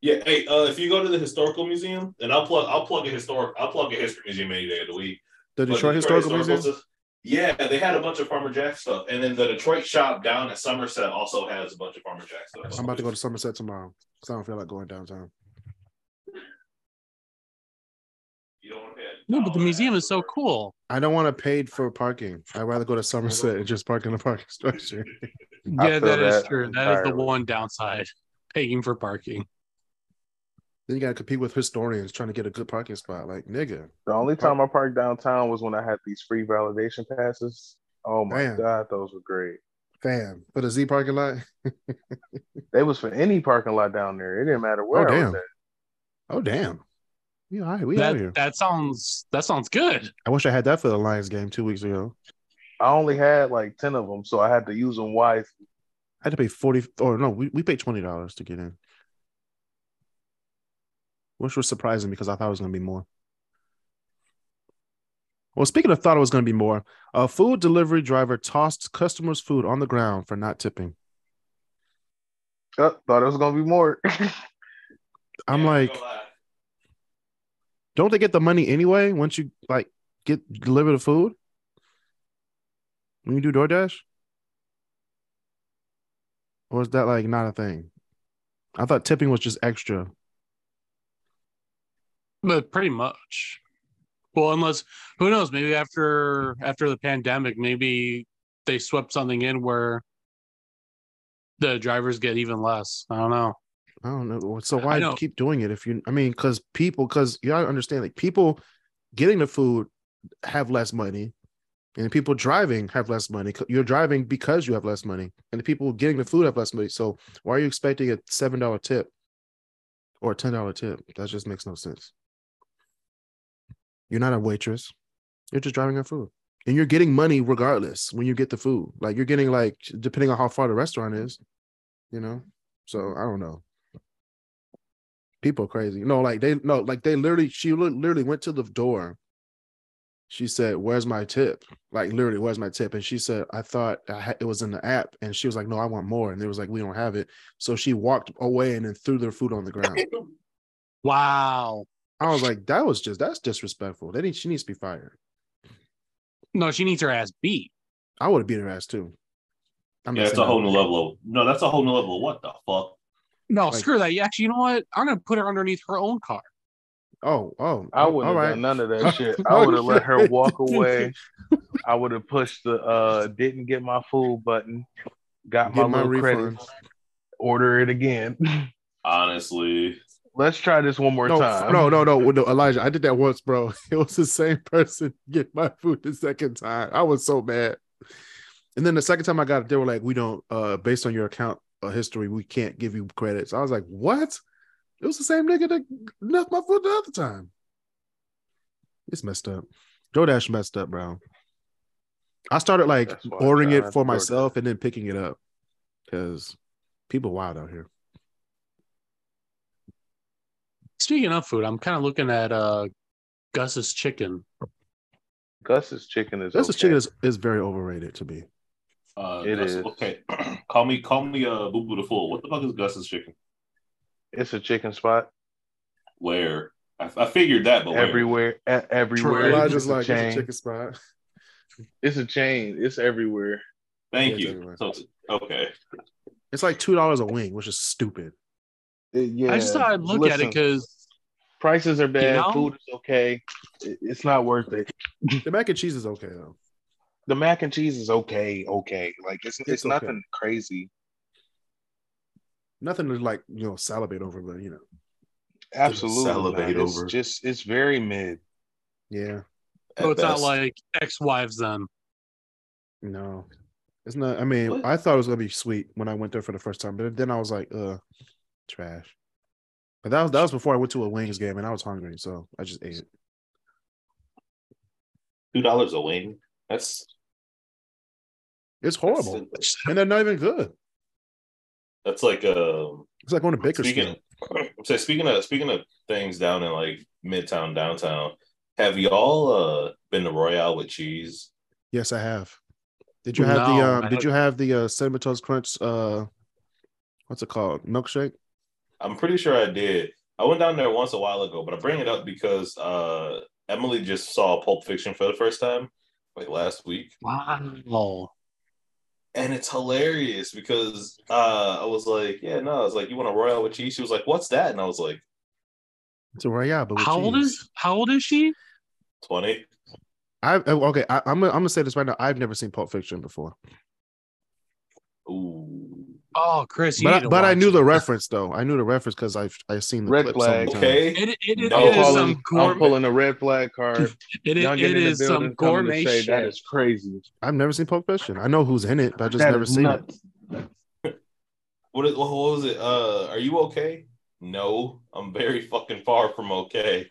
[SPEAKER 4] Yeah, hey, uh, if you go to the historical museum, and I'll plug, I'll plug a historic, I'll plug a history museum any day of the week.
[SPEAKER 1] The
[SPEAKER 4] But
[SPEAKER 1] Detroit
[SPEAKER 4] the
[SPEAKER 1] Historical Museum.
[SPEAKER 4] Historical- Yeah, they had a bunch of Farmer Jack stuff, and then the Detroit shop down at Somerset also has a bunch of Farmer Jack stuff.
[SPEAKER 1] I'm about to go to Somerset tomorrow because I don't feel like going downtown.
[SPEAKER 4] You don't want to pay a
[SPEAKER 3] No, but the
[SPEAKER 4] dollar
[SPEAKER 3] museum is
[SPEAKER 4] for
[SPEAKER 3] so
[SPEAKER 4] it.
[SPEAKER 3] cool.
[SPEAKER 1] I don't want to pay for parking. I'd rather go to Somerset and just park in the parking structure.
[SPEAKER 2] I
[SPEAKER 3] Yeah,
[SPEAKER 2] feel
[SPEAKER 3] that is
[SPEAKER 2] that
[SPEAKER 3] true. That is the
[SPEAKER 2] entirely.
[SPEAKER 3] one downside. Paying for parking.
[SPEAKER 1] Then you gotta compete with historians trying to get a good parking spot. Like nigga,
[SPEAKER 2] The only time I parked downtown was when I had these free validation passes. Oh my
[SPEAKER 1] Damn.
[SPEAKER 2] god, those were great.
[SPEAKER 1] fam, for the Z parking lot.
[SPEAKER 2] They was for any parking lot down there. It didn't matter where I
[SPEAKER 1] damn.
[SPEAKER 2] was at.
[SPEAKER 1] Oh damn, we all right, we out here.
[SPEAKER 3] That that sounds that sounds good.
[SPEAKER 1] I wish I had that for the Lions game two weeks ago.
[SPEAKER 2] I only had like ten of them, so I had to use them wisely.
[SPEAKER 1] I had to pay forty or no, we, we paid twenty dollars to get in. Which was surprising because I thought it was gonna be more. Well, speaking of thought it was gonna be more, a food delivery driver tossed customers' food on the ground for not tipping.
[SPEAKER 2] Oh, thought it was gonna be more.
[SPEAKER 1] I'm
[SPEAKER 4] Yeah,
[SPEAKER 1] like,
[SPEAKER 4] gonna lie.
[SPEAKER 1] don't they get the money anyway once you like get deliver the food? When you do DoorDash? Or is that like not a thing? I thought tipping was just extra.
[SPEAKER 3] But pretty much. Well, unless who knows, maybe after after the pandemic, maybe they swept something in where the drivers get even less. I don't know.
[SPEAKER 1] I don't know. So
[SPEAKER 3] I
[SPEAKER 1] why
[SPEAKER 3] know.
[SPEAKER 1] keep doing it if you? I mean, because people, because you gotta understand, like people getting the food have less money, and people driving have less money. You're driving because you have less money, and the people getting the food have less money. So why are you expecting a seven dollar tip or a ten dollar tip? That just makes no sense. You're not a waitress. You're just driving our food, and you're getting money regardless when you get the food. Like you're getting like depending on how far the restaurant is, you know. So I don't know people are crazy. No, like they no, like they literally. She li- literally went to the door. She said, "Where's my tip?" Like literally, "Where's my tip?" And she said, "I thought I ha- it was in the app." And she was like, "No, I want more." And they was like, "We don't have it." So she walked away and then threw their food on the ground.
[SPEAKER 3] Wow.
[SPEAKER 1] I was like, "That was just that's disrespectful. That need, she needs to be fired.
[SPEAKER 3] No, she needs her ass beat.
[SPEAKER 1] I would have beat her ass too." I'm
[SPEAKER 4] Yeah,
[SPEAKER 1] not
[SPEAKER 4] that's
[SPEAKER 1] saying I
[SPEAKER 4] a whole new
[SPEAKER 1] would.
[SPEAKER 4] level of no, that's a whole new level of what the fuck.
[SPEAKER 3] No,
[SPEAKER 1] Like-
[SPEAKER 3] screw that. Yeah, actually, you know what? I'm gonna put her underneath her own car.
[SPEAKER 1] Oh, oh,
[SPEAKER 5] I
[SPEAKER 1] oh,
[SPEAKER 5] wouldn't
[SPEAKER 1] all
[SPEAKER 5] have
[SPEAKER 1] right.
[SPEAKER 5] done none of that shit. I would have let her walk away. I would have pushed the uh didn't get my food button, got my,
[SPEAKER 1] Get my
[SPEAKER 5] little
[SPEAKER 1] refund.
[SPEAKER 5] credit, order it again.
[SPEAKER 4] Honestly,
[SPEAKER 5] Let's try this one more
[SPEAKER 1] No,
[SPEAKER 5] time.
[SPEAKER 1] no, no, no, no, Elijah. I did that once, bro. It was the same person get my food the second time. I was so mad. And then the second time I got it, they were like, "We don't, uh, based on your account uh, history, we can't give you credits." I was like, "What?" It was the same nigga that left my food the other time. It's messed up. DoorDash messed up, bro. I started like
[SPEAKER 5] That's why I
[SPEAKER 1] ordering
[SPEAKER 5] tried
[SPEAKER 1] it for
[SPEAKER 5] DoorDash.
[SPEAKER 1] myself and then picking it up because people wild out here.
[SPEAKER 3] Speaking of food, I'm kind of looking at uh Gus's chicken.
[SPEAKER 5] Gus's chicken is
[SPEAKER 1] This
[SPEAKER 5] okay.
[SPEAKER 1] chicken is, is very overrated to me.
[SPEAKER 4] uh,
[SPEAKER 5] It
[SPEAKER 4] Gus-
[SPEAKER 5] is.
[SPEAKER 4] okay. call me, call me, uh, Boo Boo the Fool. What the fuck is Gus's chicken?
[SPEAKER 5] It's a chicken spot
[SPEAKER 4] Where I, I figured that, but where?
[SPEAKER 5] everywhere. e- everywhere.
[SPEAKER 3] Right.
[SPEAKER 1] Elijah's
[SPEAKER 5] It's a
[SPEAKER 1] like, it's a
[SPEAKER 5] chain.
[SPEAKER 1] chicken spot.
[SPEAKER 5] It's a chain. It's everywhere.
[SPEAKER 4] Thank
[SPEAKER 1] Yeah,
[SPEAKER 4] you.
[SPEAKER 1] it's
[SPEAKER 4] So, okay,
[SPEAKER 1] It's like two dollars a wing, which is stupid.
[SPEAKER 5] It- yeah.
[SPEAKER 3] I just thought I'd look at it
[SPEAKER 5] Listen,
[SPEAKER 3] because
[SPEAKER 5] prices are bad.
[SPEAKER 3] know?
[SPEAKER 5] Food is okay. It- It's not worth it.
[SPEAKER 1] The mac and cheese is okay though.
[SPEAKER 5] The mac and cheese is okay. Okay, like it's it's,
[SPEAKER 1] It's okay.
[SPEAKER 5] nothing crazy.
[SPEAKER 1] Nothing to like, you know, salivate over, but you know,
[SPEAKER 5] Absolutely.
[SPEAKER 4] salivate
[SPEAKER 5] not. It's
[SPEAKER 4] over.
[SPEAKER 5] just it's very mid.
[SPEAKER 1] yeah,
[SPEAKER 4] at
[SPEAKER 3] oh, it's not
[SPEAKER 4] best.
[SPEAKER 3] like ex-wives then.
[SPEAKER 1] no, it's not. I mean,
[SPEAKER 4] What?
[SPEAKER 1] I thought it was gonna be sweet when I went there for the first time, but then I was like, uh, trash. But that was that was before I went to a wings game, and I was hungry, so I just ate it.
[SPEAKER 4] two dollars a wing. That's
[SPEAKER 1] It's horrible,
[SPEAKER 4] That's,
[SPEAKER 1] and they're not even good.
[SPEAKER 4] that's like um.
[SPEAKER 1] It's like going to Bakersfield.
[SPEAKER 4] Speaking, I'm saying speaking of speaking of things down in like Midtown downtown. Have y'all uh been to Royale with cheese?
[SPEAKER 1] Yes, I have. Did you have the
[SPEAKER 3] No,
[SPEAKER 1] um?
[SPEAKER 3] I
[SPEAKER 1] Did
[SPEAKER 3] haven't.
[SPEAKER 1] you have the uh, cinnamon toast crunch? Uh, what's it called? Milkshake.
[SPEAKER 4] I'm pretty sure I did. I went down there once a while ago, but I bring it up because uh Emily just saw Pulp Fiction for the first time like last week,
[SPEAKER 3] Wow.
[SPEAKER 4] and it's hilarious because uh I was like, yeah, no, I was like, you want a Royale with cheese? She was like, what's that? And I was like,
[SPEAKER 1] It's a royale, but with
[SPEAKER 3] How old
[SPEAKER 1] cheese.
[SPEAKER 3] is how old is she?
[SPEAKER 4] twenty.
[SPEAKER 1] I oh, okay. I, I'm gonna, I'm gonna say this right now. I've never seen Pulp Fiction before,
[SPEAKER 4] Ooh.
[SPEAKER 3] Oh, Chris, you need
[SPEAKER 1] but
[SPEAKER 3] to
[SPEAKER 1] but I
[SPEAKER 3] watch
[SPEAKER 1] knew
[SPEAKER 3] it.
[SPEAKER 1] the reference though. I knew the reference because I've I've seen the
[SPEAKER 5] Red
[SPEAKER 1] clip
[SPEAKER 5] flag.
[SPEAKER 1] So many times.
[SPEAKER 4] Okay.
[SPEAKER 3] It, it, it
[SPEAKER 4] I'm
[SPEAKER 3] is
[SPEAKER 5] I'm,
[SPEAKER 3] some
[SPEAKER 5] calling, I'm
[SPEAKER 3] gourmet.
[SPEAKER 5] pulling a red flag card.
[SPEAKER 3] It, is-
[SPEAKER 5] Young
[SPEAKER 3] it is some gourmet shit.
[SPEAKER 5] That is crazy.
[SPEAKER 1] I've never seen Pulp Fiction. I know who's in it, but I just
[SPEAKER 5] That
[SPEAKER 1] never
[SPEAKER 5] is
[SPEAKER 1] seen it.
[SPEAKER 5] nuts.
[SPEAKER 4] What, is, what was it? Uh, are you okay? No, I'm very fucking far from okay.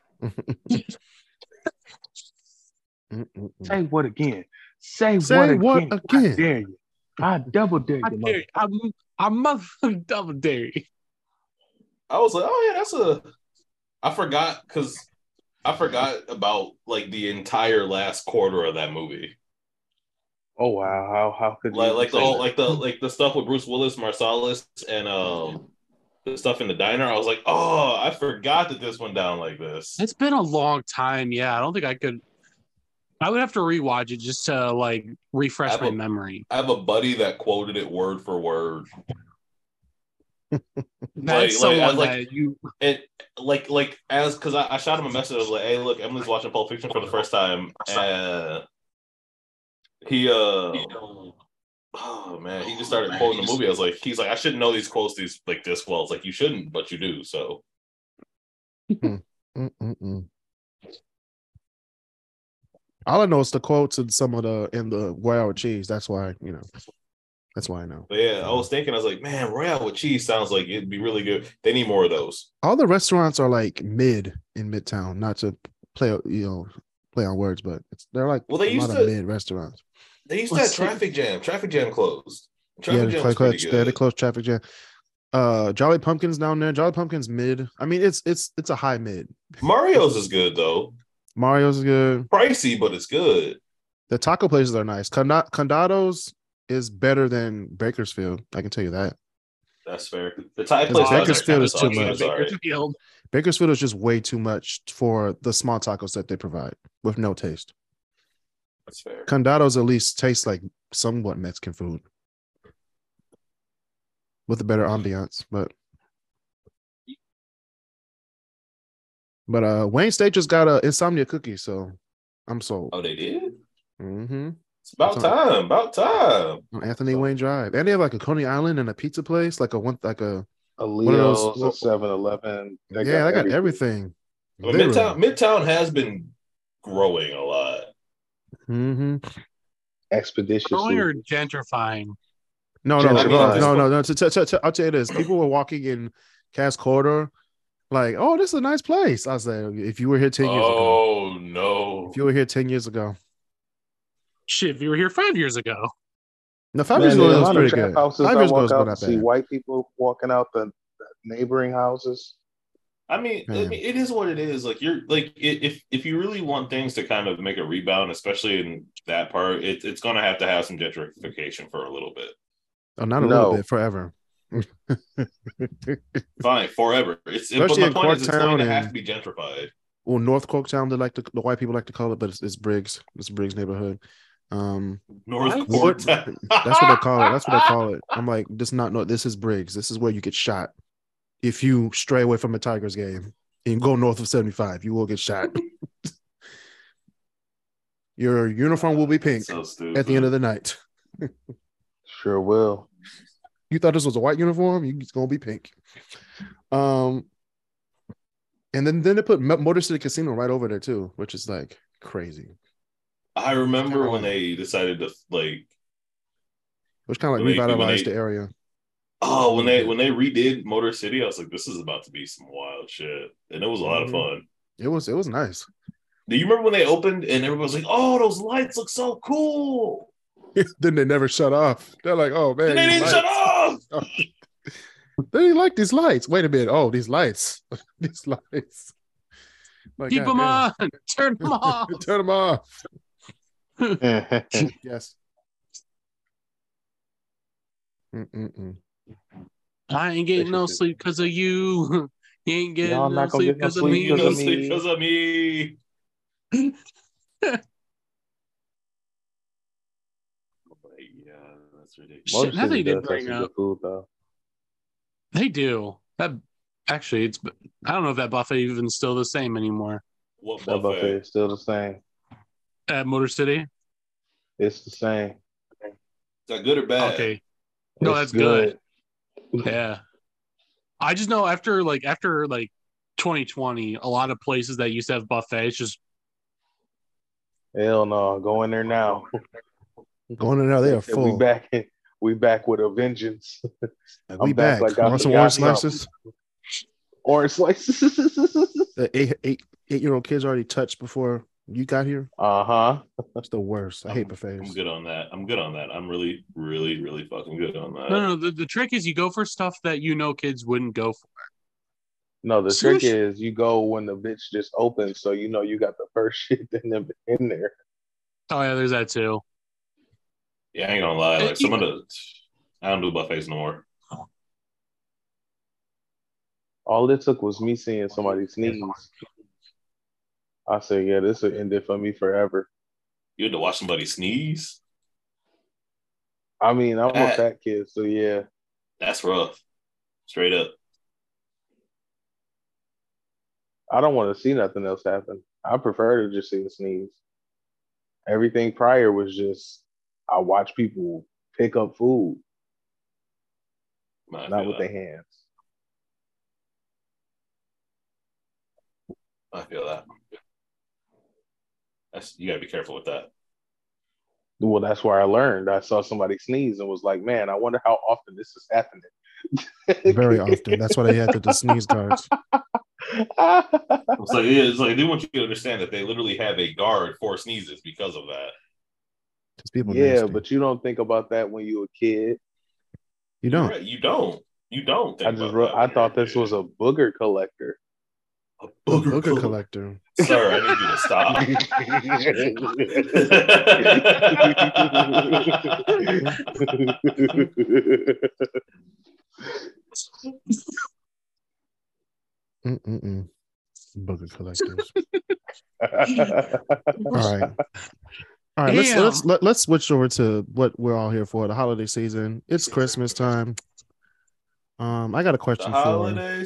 [SPEAKER 1] Mm-mm-mm.
[SPEAKER 5] Say what again? Say,
[SPEAKER 1] Say
[SPEAKER 5] what
[SPEAKER 1] what
[SPEAKER 5] again?
[SPEAKER 1] again?
[SPEAKER 5] How dare you? I double dare
[SPEAKER 3] I
[SPEAKER 5] you.
[SPEAKER 3] dare you.
[SPEAKER 5] mother-
[SPEAKER 3] I'm I'm motherfucking double dare you.
[SPEAKER 4] I was like, oh yeah, that's a. I forgot because I forgot about like the entire last quarter of that movie,
[SPEAKER 5] Oh wow, how how could
[SPEAKER 4] like
[SPEAKER 5] you
[SPEAKER 4] like the
[SPEAKER 5] say
[SPEAKER 4] whole,
[SPEAKER 5] that?
[SPEAKER 4] like the like the stuff with Bruce Willis, Marsalis, and um the stuff in the diner. I was like, oh, I forgot that this went down like this.
[SPEAKER 3] It's been a long time. Yeah, I don't think I could. I would have to rewatch it just to like refresh
[SPEAKER 4] I
[SPEAKER 3] my
[SPEAKER 4] will-
[SPEAKER 3] memory.
[SPEAKER 4] I have a buddy that quoted it word for word,
[SPEAKER 3] That's
[SPEAKER 4] like, I
[SPEAKER 3] someone
[SPEAKER 4] like-
[SPEAKER 3] that you.
[SPEAKER 4] and like like as because I, I shot him a message. I was like, hey, look, Emily's watching Pulp Fiction for the first time. Uh, he uh. Oh man, he just started quoting the movie. I was like, he's like, I shouldn't know these quotes these like this well. It's like you shouldn't, but you do. So
[SPEAKER 1] mm, Mm-mm-mm. All I know is the quotes and some of the in the Royal cheese. That's why you know. That's why I know.
[SPEAKER 4] but yeah, I was thinking, I was like, man, Royale with cheese sounds like it'd be really good. They need more of those.
[SPEAKER 1] All the restaurants are like mid in Midtown. Not to play you know play on words, but it's, they're like
[SPEAKER 4] Well, they
[SPEAKER 1] a
[SPEAKER 4] used
[SPEAKER 1] lot
[SPEAKER 4] to-
[SPEAKER 1] of mid restaurants.
[SPEAKER 4] They used to have
[SPEAKER 3] Let's see.
[SPEAKER 4] traffic jam. Traffic jam closed.
[SPEAKER 1] Yeah,
[SPEAKER 4] Traffic
[SPEAKER 1] they
[SPEAKER 4] jam
[SPEAKER 1] close,
[SPEAKER 4] was pretty
[SPEAKER 1] yeah, they
[SPEAKER 4] good.
[SPEAKER 1] close traffic jam. Uh, Jolly Pumpkins down there. Jolly Pumpkins mid. I mean, it's it's it's a high mid.
[SPEAKER 4] Mario's is good though.
[SPEAKER 1] Mario's is good.
[SPEAKER 4] Pricey, but it's good.
[SPEAKER 1] The taco places are nice. Conda- Condados is better than Bakersfield. I can tell you that.
[SPEAKER 4] That's fair. The Thai
[SPEAKER 1] Because
[SPEAKER 4] place
[SPEAKER 1] Bakersfield is too
[SPEAKER 4] I'm
[SPEAKER 1] much.
[SPEAKER 4] sorry.
[SPEAKER 3] Bakersfield.
[SPEAKER 1] Bakersfield is just way too much for the small tacos that they provide with no taste.
[SPEAKER 4] That's fair.
[SPEAKER 1] Condados at least tastes like somewhat Mexican food with a better ambiance, but. But uh, Wayne State just got a insomnia cookie, so I'm sold.
[SPEAKER 4] Oh, they did.
[SPEAKER 1] hmm
[SPEAKER 4] It's about
[SPEAKER 1] That's all.
[SPEAKER 4] time. About time.
[SPEAKER 1] On Anthony Wayne Drive, and they have like a Coney Island and a pizza place, like a one, like a
[SPEAKER 5] a
[SPEAKER 1] of those-
[SPEAKER 5] Leo's, a 7-Eleven.
[SPEAKER 1] yeah, they got everything.
[SPEAKER 4] But Midtown Midtown has been growing a lot.
[SPEAKER 1] Mm-hmm.
[SPEAKER 5] Expeditiously.
[SPEAKER 3] Growing or gentrifying?
[SPEAKER 1] No, no, no,
[SPEAKER 5] Gentrify.
[SPEAKER 1] no, no, no. To, to, to, to- I'll tell you this: people were walking in Cass Corridor, like, "Oh, this is a nice place." I said, "If you were here ten years ago,
[SPEAKER 4] Oh no.
[SPEAKER 1] if you were here ten years ago,
[SPEAKER 3] Shit, if you were here five years ago,
[SPEAKER 1] no, five
[SPEAKER 5] Man,
[SPEAKER 1] years
[SPEAKER 5] there's
[SPEAKER 1] ago
[SPEAKER 5] a
[SPEAKER 1] it was
[SPEAKER 5] lot of
[SPEAKER 1] pretty
[SPEAKER 5] trap
[SPEAKER 1] good.
[SPEAKER 5] houses
[SPEAKER 1] Five
[SPEAKER 5] I
[SPEAKER 1] years ago
[SPEAKER 5] walk
[SPEAKER 1] was
[SPEAKER 5] out
[SPEAKER 1] not
[SPEAKER 5] and see
[SPEAKER 1] bad.
[SPEAKER 5] white people walking out the neighboring houses.
[SPEAKER 4] I mean, I
[SPEAKER 1] Man.
[SPEAKER 4] mean, it is what it is. Like you're like i- if if you really want things to kind of make a rebound, especially in that part, it, it's gonna have to have some gentrification for a little bit.
[SPEAKER 1] Oh, not a
[SPEAKER 5] No.
[SPEAKER 1] little bit, forever.
[SPEAKER 4] Fine, forever. It's but
[SPEAKER 1] Especially
[SPEAKER 4] my
[SPEAKER 1] in
[SPEAKER 4] point is it's going to
[SPEAKER 1] Corktown
[SPEAKER 4] have to
[SPEAKER 1] and-
[SPEAKER 4] be gentrified.
[SPEAKER 1] Well, North Corktown, they like to, the white people like to call it, but it's, it's Briggs. It's Briggs neighborhood. Um,
[SPEAKER 4] North
[SPEAKER 1] What?
[SPEAKER 4] Corktown.
[SPEAKER 1] That's what they call it. That's what they call it. I'm like, this not no. This is Briggs. This is where you get shot if you stray away from a Tigers game and go north of 75. You will get shot. Your uniform will be pink
[SPEAKER 4] So stupid.
[SPEAKER 1] at the end of the night.
[SPEAKER 5] Sure will.
[SPEAKER 1] You thought this was a white uniform? You- It's gonna be pink. Um, and then then they put Mo- Motor City Casino right over there too, which is like crazy.
[SPEAKER 4] I remember when they decided to like
[SPEAKER 1] Which kind of like
[SPEAKER 4] When they- when
[SPEAKER 1] revitalized
[SPEAKER 4] they-
[SPEAKER 1] the area.
[SPEAKER 4] oh when they when they redid Motor City, I was like, this is about to be some wild shit. And it was a lot
[SPEAKER 1] Mhm.
[SPEAKER 4] of fun.
[SPEAKER 1] It was it was nice.
[SPEAKER 4] Do you remember when they opened and everybody was like, "Oh, those lights look so cool,"
[SPEAKER 1] then they never shut off. They're like, oh man,
[SPEAKER 4] and they
[SPEAKER 1] these
[SPEAKER 4] didn't
[SPEAKER 1] lights.
[SPEAKER 4] shut off?
[SPEAKER 1] They didn't like these lights. Wait a minute. Oh, these lights. these lights. Like,
[SPEAKER 3] keep them
[SPEAKER 1] goddamn.
[SPEAKER 3] on, turn them off.
[SPEAKER 1] Turn them off.
[SPEAKER 5] That's
[SPEAKER 1] Yes. Mm-mm-mm.
[SPEAKER 3] I ain't getting no sleep because of you. You ain't getting
[SPEAKER 5] Y'all
[SPEAKER 3] no
[SPEAKER 5] not gonna
[SPEAKER 3] sleep
[SPEAKER 5] get no
[SPEAKER 3] because of
[SPEAKER 5] sleep
[SPEAKER 3] me.
[SPEAKER 4] You know,
[SPEAKER 5] of
[SPEAKER 4] it's
[SPEAKER 5] me.
[SPEAKER 4] because of me. Oh my God, that's ridiculous.
[SPEAKER 3] Shit, now they did bring up.
[SPEAKER 5] food though.
[SPEAKER 3] They do. That actually, it's. I don't know if that buffet even still the same anymore
[SPEAKER 4] What
[SPEAKER 5] That buffet
[SPEAKER 4] buffet?
[SPEAKER 5] is still the same.
[SPEAKER 3] at Motor City.
[SPEAKER 5] It's the same.
[SPEAKER 4] Is that good or bad?
[SPEAKER 3] Okay. No,
[SPEAKER 5] It's
[SPEAKER 3] that's good. Yeah. I just know after like after like 2020, a lot of places that used to have buffets just
[SPEAKER 5] Hell no, go in there now.
[SPEAKER 1] Going in there, they are
[SPEAKER 5] And
[SPEAKER 1] full.
[SPEAKER 5] We back in, we back with a vengeance.
[SPEAKER 1] Like,
[SPEAKER 5] I'm
[SPEAKER 1] we
[SPEAKER 5] back
[SPEAKER 1] back.
[SPEAKER 5] like I
[SPEAKER 1] Want some
[SPEAKER 5] forgot
[SPEAKER 1] orange
[SPEAKER 5] something.
[SPEAKER 1] slices?
[SPEAKER 5] Orange slices.
[SPEAKER 1] The eight eight eight year old kids already touched before you got here.
[SPEAKER 5] Uh huh.
[SPEAKER 1] That's the worst. I hate buffets.
[SPEAKER 4] I'm good on that. I'm good on that. I'm really, really, really fucking good on that.
[SPEAKER 3] No, no, the, the trick is you go for stuff that you know kids wouldn't go for.
[SPEAKER 5] No,
[SPEAKER 3] the
[SPEAKER 5] the
[SPEAKER 3] trick
[SPEAKER 5] trick
[SPEAKER 3] Sushi.
[SPEAKER 5] is you go when the bitch just opens, so you know you got the first shit in, in there.
[SPEAKER 3] Oh yeah, there's that too.
[SPEAKER 4] Yeah, I ain't gonna lie.
[SPEAKER 3] Uh,
[SPEAKER 4] Like some of the, I don't do buffets no more.
[SPEAKER 5] All it took was me seeing somebody sneeze. I said, yeah, this will end it for me forever.
[SPEAKER 4] You had to watch somebody sneeze.
[SPEAKER 5] I mean, I'm a
[SPEAKER 4] That-
[SPEAKER 5] fat kid, so yeah.
[SPEAKER 4] That's rough. Straight up.
[SPEAKER 5] I don't want to see nothing else happen. I prefer to just see the sneeze. Everything prior was just I watch people pick up food,
[SPEAKER 4] I
[SPEAKER 5] not
[SPEAKER 4] feel
[SPEAKER 5] with
[SPEAKER 4] that.
[SPEAKER 5] their hands.
[SPEAKER 4] I feel that. That's you gotta be careful with that.
[SPEAKER 5] Well, that's where I learned. I saw somebody sneeze and was like, "Man, I wonder how often this is happening."
[SPEAKER 1] Very often. That's why they had the, the sneeze guards.
[SPEAKER 4] It's like yeah, it's like they want you to understand that they literally have a guard for sneezes because of that.
[SPEAKER 1] Because people
[SPEAKER 5] yeah,
[SPEAKER 1] nasty.
[SPEAKER 5] but you don't think about that when you were a kid.
[SPEAKER 1] you don't.
[SPEAKER 4] Right, You don't. You don't. think
[SPEAKER 5] I just
[SPEAKER 4] about
[SPEAKER 5] wrote,
[SPEAKER 4] that.
[SPEAKER 5] I thought this was a booger collector.
[SPEAKER 4] a
[SPEAKER 1] The
[SPEAKER 4] booger,
[SPEAKER 1] Booger collector.
[SPEAKER 4] collector. Sir, I need you to stop.
[SPEAKER 1] Mm-mm-mm. Booger collectors. All right. All right, let's
[SPEAKER 3] Damn.
[SPEAKER 1] let's let, let's switch over to what we're all here for, the holiday season. It's Christmas time. Um, I got a
[SPEAKER 4] the
[SPEAKER 1] question for
[SPEAKER 4] holiday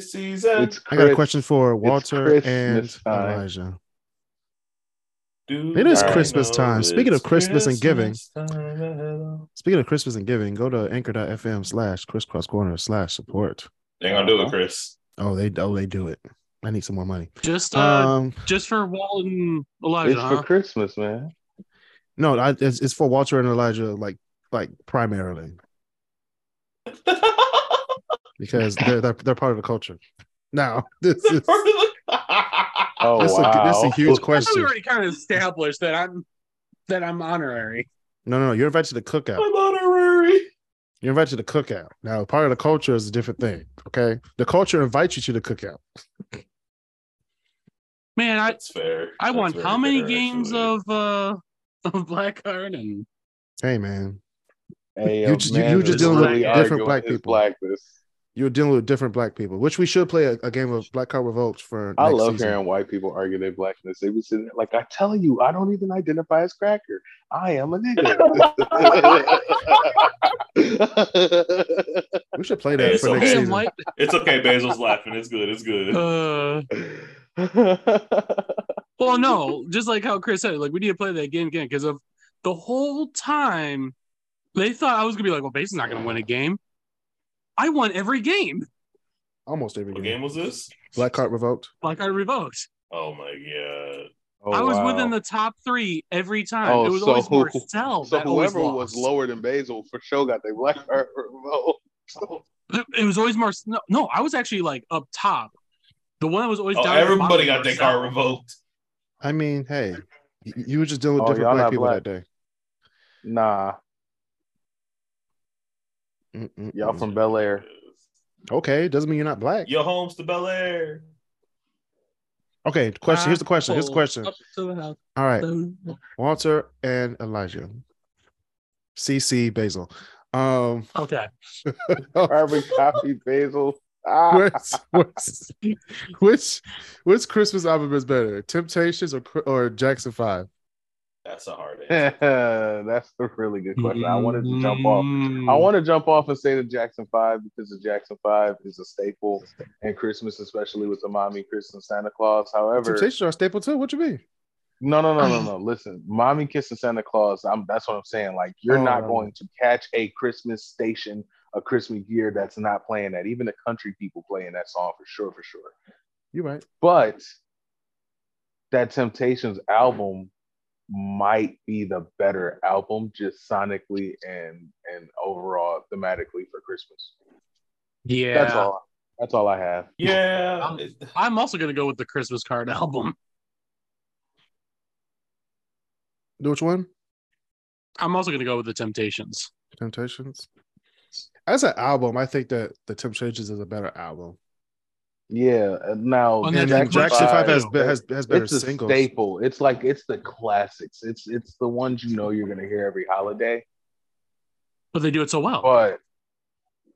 [SPEAKER 4] season.
[SPEAKER 5] It's
[SPEAKER 1] I got a
[SPEAKER 5] Chris-
[SPEAKER 1] question for Walter and
[SPEAKER 5] Christmas time.
[SPEAKER 1] Elijah.
[SPEAKER 4] Do
[SPEAKER 1] It is
[SPEAKER 4] I
[SPEAKER 1] Christmas
[SPEAKER 4] know
[SPEAKER 1] time. Speaking
[SPEAKER 4] it's
[SPEAKER 1] of Christmas and giving.
[SPEAKER 4] Christmas time?
[SPEAKER 1] Speaking of Christmas and giving, go to anchor.fm slash crisscross corner slash support.
[SPEAKER 4] They ain't gonna do it, Chris.
[SPEAKER 1] Oh, they oh they do it. I need some more money.
[SPEAKER 3] Just uh,
[SPEAKER 1] Um,
[SPEAKER 3] just for Walt and Elijah,
[SPEAKER 5] It's
[SPEAKER 3] huh?
[SPEAKER 5] for Christmas, man.
[SPEAKER 1] no, I, it's, it's for Walter and Elijah, like like primarily because they're they're, they're part of the culture. Now this is
[SPEAKER 5] Oh
[SPEAKER 1] that's,
[SPEAKER 5] wow,
[SPEAKER 1] a, that's a huge
[SPEAKER 3] I thought we
[SPEAKER 1] question.
[SPEAKER 3] already kind of established that I'm that I'm honorary.
[SPEAKER 1] No, no, no. You're invited to the cookout.
[SPEAKER 4] I'm honorary.
[SPEAKER 1] You're invited to the cookout. Now, part of the culture is a different thing. Okay, the culture invites you to the cookout.
[SPEAKER 3] Man, I
[SPEAKER 4] That's fair.
[SPEAKER 3] I
[SPEAKER 4] That's
[SPEAKER 3] won
[SPEAKER 4] very
[SPEAKER 3] how many
[SPEAKER 4] fair,
[SPEAKER 3] games
[SPEAKER 4] actually.
[SPEAKER 3] of uh of black card and
[SPEAKER 1] Hey, man,
[SPEAKER 5] Hey,
[SPEAKER 1] You
[SPEAKER 5] yo,
[SPEAKER 1] just- you-
[SPEAKER 5] man
[SPEAKER 1] you just
[SPEAKER 5] is
[SPEAKER 3] dealing with different
[SPEAKER 5] arguing
[SPEAKER 1] black
[SPEAKER 5] his
[SPEAKER 1] people.
[SPEAKER 5] blackness.
[SPEAKER 1] you're dealing with different black people, which we should play a, a game of Black Card Revolt for.
[SPEAKER 5] I
[SPEAKER 1] next
[SPEAKER 5] love
[SPEAKER 1] season.
[SPEAKER 5] hearing white people argue their blackness. They be sitting there like, I tell you, I don't even identify as cracker. I am a nigga.
[SPEAKER 1] We should play that
[SPEAKER 4] Hey, it's
[SPEAKER 1] for next
[SPEAKER 4] okay.
[SPEAKER 3] Hey, I'm
[SPEAKER 1] season.
[SPEAKER 3] like
[SPEAKER 4] It's okay. Basil's laughing. It's good. It's good.
[SPEAKER 3] uh well no, just like how Chris said, like we need to play that game again because of the whole time they thought I was gonna be like, well, Basin's not gonna win a game. I won every game.
[SPEAKER 1] Almost every
[SPEAKER 4] what
[SPEAKER 1] game.
[SPEAKER 4] game was this?
[SPEAKER 1] Black Card Revoked.
[SPEAKER 3] Black card revoked.
[SPEAKER 4] Oh my god.
[SPEAKER 5] Oh,
[SPEAKER 3] I was
[SPEAKER 5] wow.
[SPEAKER 3] within the top three every time.
[SPEAKER 5] Oh,
[SPEAKER 3] it was
[SPEAKER 5] so-
[SPEAKER 3] always Marcel
[SPEAKER 5] Oh, So
[SPEAKER 3] that always
[SPEAKER 5] whoever was
[SPEAKER 3] lost.
[SPEAKER 5] lower than Basil for sure got their black card remote.
[SPEAKER 3] It- It was always Marcel. No, no, I was actually like up top. The one that was always
[SPEAKER 4] Oh,
[SPEAKER 3] down. at the
[SPEAKER 4] everybody
[SPEAKER 3] bottom
[SPEAKER 4] got their
[SPEAKER 3] was
[SPEAKER 4] car
[SPEAKER 3] Marcel.
[SPEAKER 4] revoked.
[SPEAKER 1] I mean, hey, y- you were just dealing with
[SPEAKER 5] Oh,
[SPEAKER 1] different
[SPEAKER 5] y'all
[SPEAKER 1] black
[SPEAKER 5] not
[SPEAKER 1] people
[SPEAKER 5] black.
[SPEAKER 1] that day.
[SPEAKER 5] Nah,
[SPEAKER 1] Mm-mm-mm.
[SPEAKER 5] y'all from Bel Air.
[SPEAKER 1] okay? Doesn't mean you're not black.
[SPEAKER 4] Your homes to Bel Air.
[SPEAKER 1] Okay, question. Here's the question. Here's the
[SPEAKER 3] Pulled
[SPEAKER 1] question.
[SPEAKER 3] up to the house.
[SPEAKER 1] All right,
[SPEAKER 3] So-
[SPEAKER 1] Walter and Elijah, CC Basil. Um, oh,
[SPEAKER 3] Okay.
[SPEAKER 5] Harvey copy Basil. Ah,
[SPEAKER 1] which, which, which which Christmas album is better, Temptations or or Jackson Five?
[SPEAKER 4] That's a hard answer.
[SPEAKER 5] that's a really good question. I wanted to jump off. I
[SPEAKER 3] Mm.
[SPEAKER 1] Hmm.
[SPEAKER 5] want to jump off and say the Jackson Five because the Jackson Five is a staple in Christmas, especially with the mommy Christmas and Santa Claus. However,
[SPEAKER 1] Temptations are a staple too. What you mean?
[SPEAKER 5] no, no, no, no, no. Listen, mommy kissing Santa Claus. I'm that's what I'm saying. Like you're
[SPEAKER 1] Oh,
[SPEAKER 5] not
[SPEAKER 1] no.
[SPEAKER 5] going to catch a Christmas station, a Christmas year that's not playing that. Even the country people playing that song for sure, for sure.
[SPEAKER 1] You're right.
[SPEAKER 5] But that Temptations album might be the better album, just sonically and and overall thematically for Christmas.
[SPEAKER 3] Yeah.
[SPEAKER 5] That's all. That's all I have.
[SPEAKER 4] Yeah.
[SPEAKER 3] I'm also gonna go with the Christmas card album.
[SPEAKER 1] Do which one?
[SPEAKER 3] I'm also gonna go with the Temptations.
[SPEAKER 1] Temptations. As an album, I think that the Temptations is a better album.
[SPEAKER 5] Yeah. and Now
[SPEAKER 3] On
[SPEAKER 1] And
[SPEAKER 3] that
[SPEAKER 1] then Jackson Five has be-
[SPEAKER 5] has.
[SPEAKER 1] has has better
[SPEAKER 5] it's a
[SPEAKER 1] singles.
[SPEAKER 5] staple. It's like it's the classics. It's it's the ones you know you're gonna hear every holiday.
[SPEAKER 3] But they do it so well.
[SPEAKER 5] But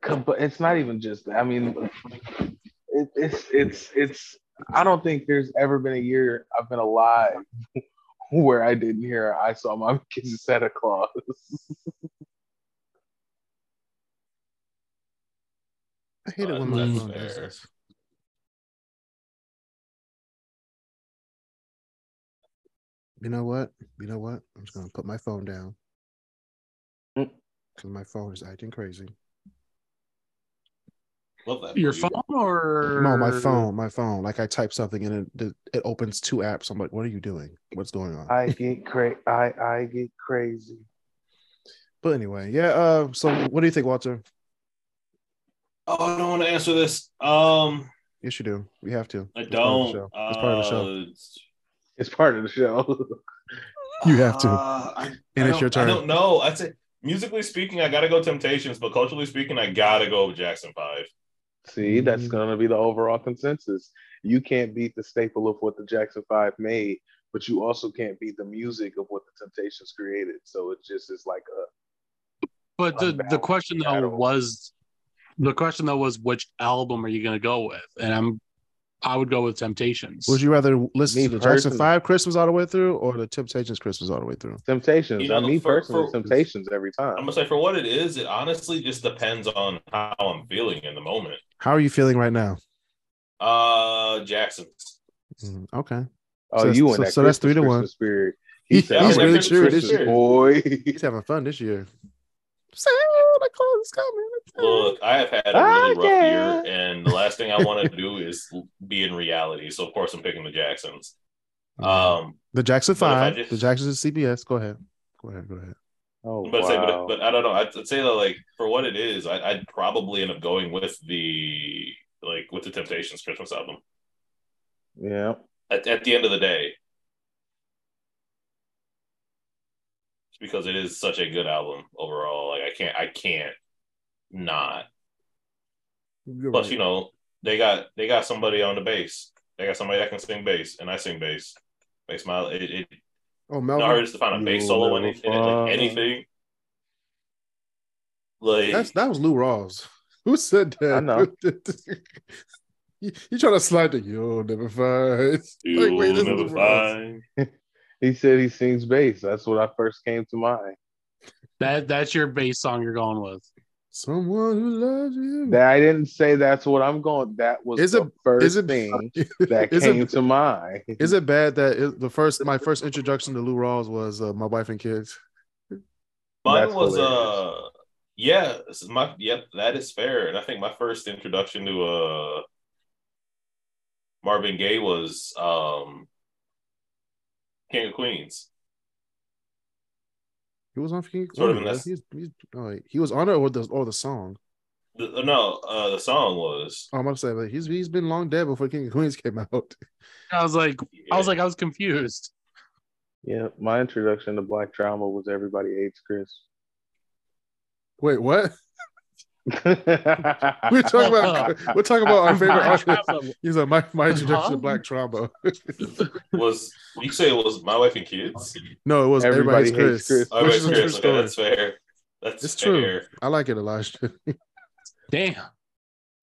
[SPEAKER 5] com- but it's not even just. I mean, it, it's it's it's. I don't think there's ever been a year I've been alive where I didn't hear I saw my kids at Santa Claus.
[SPEAKER 1] I hate it when
[SPEAKER 3] That's
[SPEAKER 1] my phone does
[SPEAKER 4] fair.
[SPEAKER 1] this. You know what? You know what? I'm just gonna put my phone down
[SPEAKER 5] Mm.
[SPEAKER 1] because my phone is acting crazy.
[SPEAKER 4] Love that. for
[SPEAKER 3] Your
[SPEAKER 4] you.
[SPEAKER 3] phone or
[SPEAKER 1] No, my phone, my phone. Like I type something and it it opens two apps. I'm like, what are you doing? What's going on?
[SPEAKER 5] I get cra- I I get crazy.
[SPEAKER 1] But anyway, yeah. Uh, so what do you think, Walter?
[SPEAKER 4] Oh, I don't want to answer this. Um,
[SPEAKER 1] Yes, you do. We have to.
[SPEAKER 4] I
[SPEAKER 1] It's part of the
[SPEAKER 4] don't.
[SPEAKER 1] show. It's part of the show.
[SPEAKER 4] Uh,
[SPEAKER 5] It's part of the show.
[SPEAKER 1] You have to.
[SPEAKER 4] Uh, I,
[SPEAKER 1] And
[SPEAKER 4] I
[SPEAKER 1] it's your
[SPEAKER 4] don't-
[SPEAKER 1] turn.
[SPEAKER 4] I don't know. I say musically speaking, I gotta go Temptations, but culturally speaking, I gotta go with Jackson Five.
[SPEAKER 1] Mm-hmm.
[SPEAKER 5] See, that's gonna be the overall consensus. You can't beat the staple of what the Jackson Five made, but you also can't beat the music of what the Temptations created. So it just is like uh, a
[SPEAKER 3] But the, the
[SPEAKER 5] Unbalanced
[SPEAKER 3] question though
[SPEAKER 5] battle.
[SPEAKER 3] was the question though was which album are you gonna go with? And I'm I would go with Temptations.
[SPEAKER 1] Would you rather listen
[SPEAKER 5] Me
[SPEAKER 1] to the Jackson
[SPEAKER 5] personally-
[SPEAKER 1] Five Christmas all the way through or the Temptations Christmas all the way through?
[SPEAKER 5] Temptations.
[SPEAKER 4] You know,
[SPEAKER 5] I mean,
[SPEAKER 4] for-
[SPEAKER 5] personally,
[SPEAKER 4] for-
[SPEAKER 5] Temptations every
[SPEAKER 4] I'm
[SPEAKER 5] time.
[SPEAKER 4] gonna say for what it is, it honestly just depends on how I'm feeling in the moment.
[SPEAKER 1] How are you feeling right now?
[SPEAKER 4] Uh, Jackson's.
[SPEAKER 1] Mm, okay, So
[SPEAKER 5] Oh,
[SPEAKER 1] that's-
[SPEAKER 5] you and
[SPEAKER 1] so-
[SPEAKER 5] that
[SPEAKER 1] so that's three to
[SPEAKER 5] Christmas
[SPEAKER 1] one.
[SPEAKER 5] Christmas Spirit.
[SPEAKER 1] He's
[SPEAKER 5] said,
[SPEAKER 4] he's
[SPEAKER 5] "I'm
[SPEAKER 4] really
[SPEAKER 5] that
[SPEAKER 4] true,
[SPEAKER 5] Christmas
[SPEAKER 4] this year.
[SPEAKER 5] boy.
[SPEAKER 1] he's having fun this year. Santa Claus is coming.
[SPEAKER 4] Look, I have had a really rough
[SPEAKER 5] Okay.
[SPEAKER 4] year, and the last thing I want to do is be in reality. So of course, I'm picking the Jacksons.
[SPEAKER 1] Mm.
[SPEAKER 4] Um,
[SPEAKER 1] the Jackson
[SPEAKER 4] but if I
[SPEAKER 1] Five,
[SPEAKER 4] just-
[SPEAKER 1] the Jacksons and CBS. Go ahead, go ahead, go ahead.
[SPEAKER 5] oh,
[SPEAKER 4] but, say,
[SPEAKER 5] wow.
[SPEAKER 4] but, but I don't know. I'd, I'd say that like for what it is, I, I'd probably end up going with the like with the Temptations Christmas album.
[SPEAKER 5] yeah.
[SPEAKER 4] at, at the end of the day because it is such a good album overall like i can't i can't not
[SPEAKER 1] You're
[SPEAKER 4] plus
[SPEAKER 1] right.
[SPEAKER 4] you know they got they got somebody on the bass they got somebody that can sing bass and i sing bass makes my it, it
[SPEAKER 1] oh,
[SPEAKER 4] no
[SPEAKER 1] Melvin,
[SPEAKER 4] hardest to find a
[SPEAKER 5] You'll
[SPEAKER 4] bass solo in,
[SPEAKER 5] never
[SPEAKER 4] it- in it, like
[SPEAKER 5] find-
[SPEAKER 4] anything like
[SPEAKER 1] that's that was Lou Rawls. Who said that?
[SPEAKER 5] I know.
[SPEAKER 1] you, you trying to slide the you'll never find.
[SPEAKER 4] you'll
[SPEAKER 1] Like, wait, this is
[SPEAKER 4] never
[SPEAKER 1] Rawls.
[SPEAKER 4] find
[SPEAKER 5] He said he sings bass. That's what I first came to mind.
[SPEAKER 3] that that's your bass song you're going with.
[SPEAKER 1] Someone who loves you.
[SPEAKER 5] That I didn't say that's what I'm going. That was
[SPEAKER 1] Hmm. Is
[SPEAKER 5] the
[SPEAKER 1] it-
[SPEAKER 5] first
[SPEAKER 1] is it
[SPEAKER 5] thing. that
[SPEAKER 1] that is
[SPEAKER 5] came
[SPEAKER 1] it,
[SPEAKER 5] to mind.
[SPEAKER 1] is it bad that it, the first my first introduction to Lou Rawls was uh, my wife and kids?
[SPEAKER 4] Mine
[SPEAKER 5] That's
[SPEAKER 4] was
[SPEAKER 5] hilarious.
[SPEAKER 4] uh yeah, this is my yep, that is fair. And I think my first introduction to uh Marvin Gaye was um King of Queens.
[SPEAKER 1] He was on King.
[SPEAKER 4] Sort of
[SPEAKER 1] oh,
[SPEAKER 4] in this-
[SPEAKER 1] he, was, he, was, oh, wait, he was on it or the or the song.
[SPEAKER 4] The, no, uh the song was
[SPEAKER 1] Oh, I'm about to say, but he's he's been long dead before King of Queens came out.
[SPEAKER 3] I was like I was like I was confused.
[SPEAKER 5] Yeah, my introduction to Black Trauma was Everybody Hates Chris.
[SPEAKER 1] Wait, what?
[SPEAKER 5] We're
[SPEAKER 1] We're talking about we're talking about our favorite
[SPEAKER 3] Black
[SPEAKER 1] artist.
[SPEAKER 3] Trauma.
[SPEAKER 1] He's like my my introduction
[SPEAKER 3] Huh?
[SPEAKER 1] to Black Trauma.
[SPEAKER 4] was you say it was my wife and kids?
[SPEAKER 1] no, it was
[SPEAKER 5] Everybody
[SPEAKER 1] everybody's
[SPEAKER 5] Hates
[SPEAKER 1] Chris.
[SPEAKER 5] Chris.
[SPEAKER 4] I
[SPEAKER 1] Which
[SPEAKER 4] was
[SPEAKER 1] is a true
[SPEAKER 4] curious, okay,
[SPEAKER 1] story.
[SPEAKER 4] that's fair. That's
[SPEAKER 1] It's true.
[SPEAKER 4] fair.
[SPEAKER 1] I like it, Elijah.
[SPEAKER 3] Damn.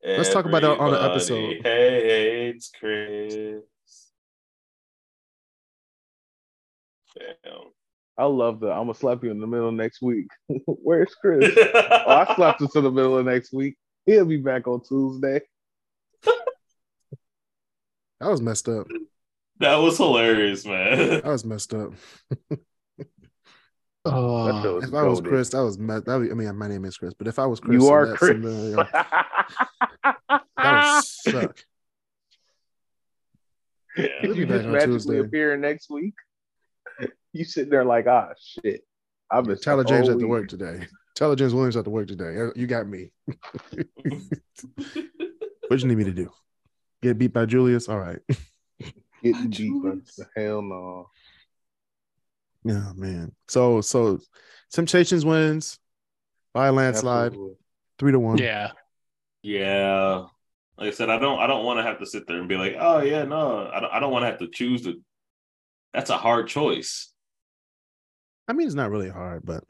[SPEAKER 1] Let's talk about that on an
[SPEAKER 4] Everybody
[SPEAKER 1] episode.
[SPEAKER 4] Hates Chris. Damn.
[SPEAKER 5] I love that. I'm gonna slap you in the middle next week. Where's Chris? Oh, I slapped him to the middle of next week. He'll be back on Tuesday.
[SPEAKER 1] That was messed up.
[SPEAKER 4] That was hilarious, man.
[SPEAKER 1] That was messed up.
[SPEAKER 5] That show is
[SPEAKER 1] If I was
[SPEAKER 5] goated.
[SPEAKER 1] Chris, that was me- that. Would, I mean, my name is Chris, but if I was Chris,
[SPEAKER 5] you
[SPEAKER 1] in
[SPEAKER 5] are
[SPEAKER 1] that
[SPEAKER 5] Chris.
[SPEAKER 1] scenario, that would suck.
[SPEAKER 4] Yeah.
[SPEAKER 1] He'll
[SPEAKER 5] If
[SPEAKER 1] be
[SPEAKER 5] you
[SPEAKER 1] back
[SPEAKER 5] just
[SPEAKER 1] on
[SPEAKER 5] magically
[SPEAKER 1] Tuesday.
[SPEAKER 5] appear next week, you sitting there like, ah, shit. I missed
[SPEAKER 1] Tyler
[SPEAKER 5] the
[SPEAKER 1] James
[SPEAKER 5] whole
[SPEAKER 1] had to
[SPEAKER 5] week.
[SPEAKER 1] work today. Tyler James Williams had to work today. Uh, You got me. What you need me to do? Get beat by Julius? All right.
[SPEAKER 5] Getting beat, but hell no.
[SPEAKER 1] Yeah, man. So so Temptations wins by a landslide,
[SPEAKER 5] Absolutely.
[SPEAKER 1] three to one.
[SPEAKER 3] Yeah.
[SPEAKER 4] Yeah. Like I said, I don't I don't want to have to sit there and be like, oh yeah, no, I don't I don't want to have to choose the that's a hard choice.
[SPEAKER 1] I mean, it's not really hard, but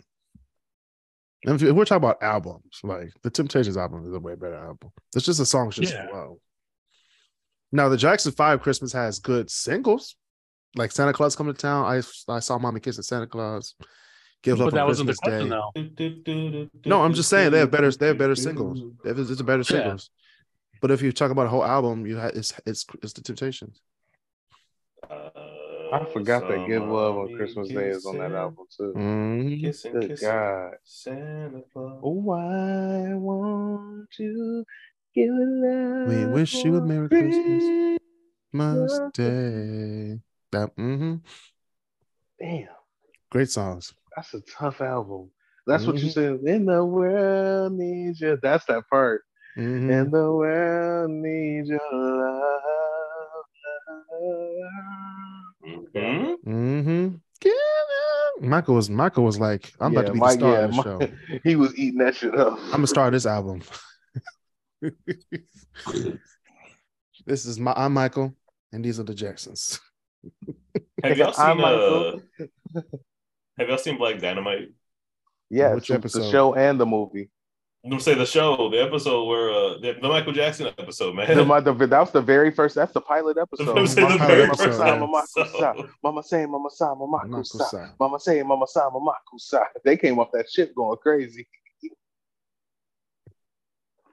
[SPEAKER 1] if if we're talking about albums, like the Temptations album is a way better album. It's just the songs just
[SPEAKER 3] Yeah.
[SPEAKER 1] flow. Now the Jackson Five Christmas has good singles, like Santa Claus Coming to Town. I I saw Mommy kissing Santa Claus. Give up on
[SPEAKER 3] But that wasn't the
[SPEAKER 1] Christmas
[SPEAKER 3] question
[SPEAKER 1] Day.
[SPEAKER 3] though.
[SPEAKER 4] No,
[SPEAKER 1] No, I'm just saying they have better they have better singles. They have- It's a better
[SPEAKER 3] Yeah.
[SPEAKER 1] singles. But if you talk about a whole album, you ha- it's it's it's the Temptations.
[SPEAKER 4] Uh,
[SPEAKER 5] I forgot that Give Love on
[SPEAKER 4] somebody
[SPEAKER 5] Christmas Day is on that
[SPEAKER 4] kissing-
[SPEAKER 5] album too.
[SPEAKER 1] Mhm.
[SPEAKER 4] Kissing,
[SPEAKER 5] Good
[SPEAKER 4] kissing,
[SPEAKER 5] God.
[SPEAKER 4] Santa Claus.
[SPEAKER 5] Why won't you give love?
[SPEAKER 1] We wish you a Merry Christmas. Must day. That hmm
[SPEAKER 5] Damn,
[SPEAKER 1] great songs.
[SPEAKER 5] that's a tough album. That's what you
[SPEAKER 1] Mhm.
[SPEAKER 5] said. In the world needs you. That's that part.
[SPEAKER 1] Mhm.
[SPEAKER 5] And the world needs your love.
[SPEAKER 4] Mhm.
[SPEAKER 1] Mm-hmm. Michael was Michael was like, I'm about to be the star of the show.
[SPEAKER 5] show. He was eating that shit up.
[SPEAKER 1] I'm a star of this album. this is my I'm Michael, and these are the Jacksons.
[SPEAKER 4] Have y'all
[SPEAKER 5] I'm
[SPEAKER 4] seen uh,
[SPEAKER 5] Michael.
[SPEAKER 4] Have y'all seen Black Dynamite?
[SPEAKER 5] yeah,
[SPEAKER 1] Which
[SPEAKER 5] it's the-
[SPEAKER 1] episode?
[SPEAKER 5] the show and the movie.
[SPEAKER 4] I'm say the show, the episode where uh, the, the Michael Jackson episode, man.
[SPEAKER 5] The, my- the- that was the very first. That's the pilot
[SPEAKER 4] I'm
[SPEAKER 5] episode.
[SPEAKER 4] gonna say the
[SPEAKER 1] Michael
[SPEAKER 4] very
[SPEAKER 1] Jackson.
[SPEAKER 4] first
[SPEAKER 5] Mama, Mama,
[SPEAKER 4] episode.
[SPEAKER 5] Mama say, Mama say, Mama
[SPEAKER 1] Michael
[SPEAKER 5] say.
[SPEAKER 1] Sa.
[SPEAKER 5] Mama say, Mama say, Mama say. They came off that ship going crazy.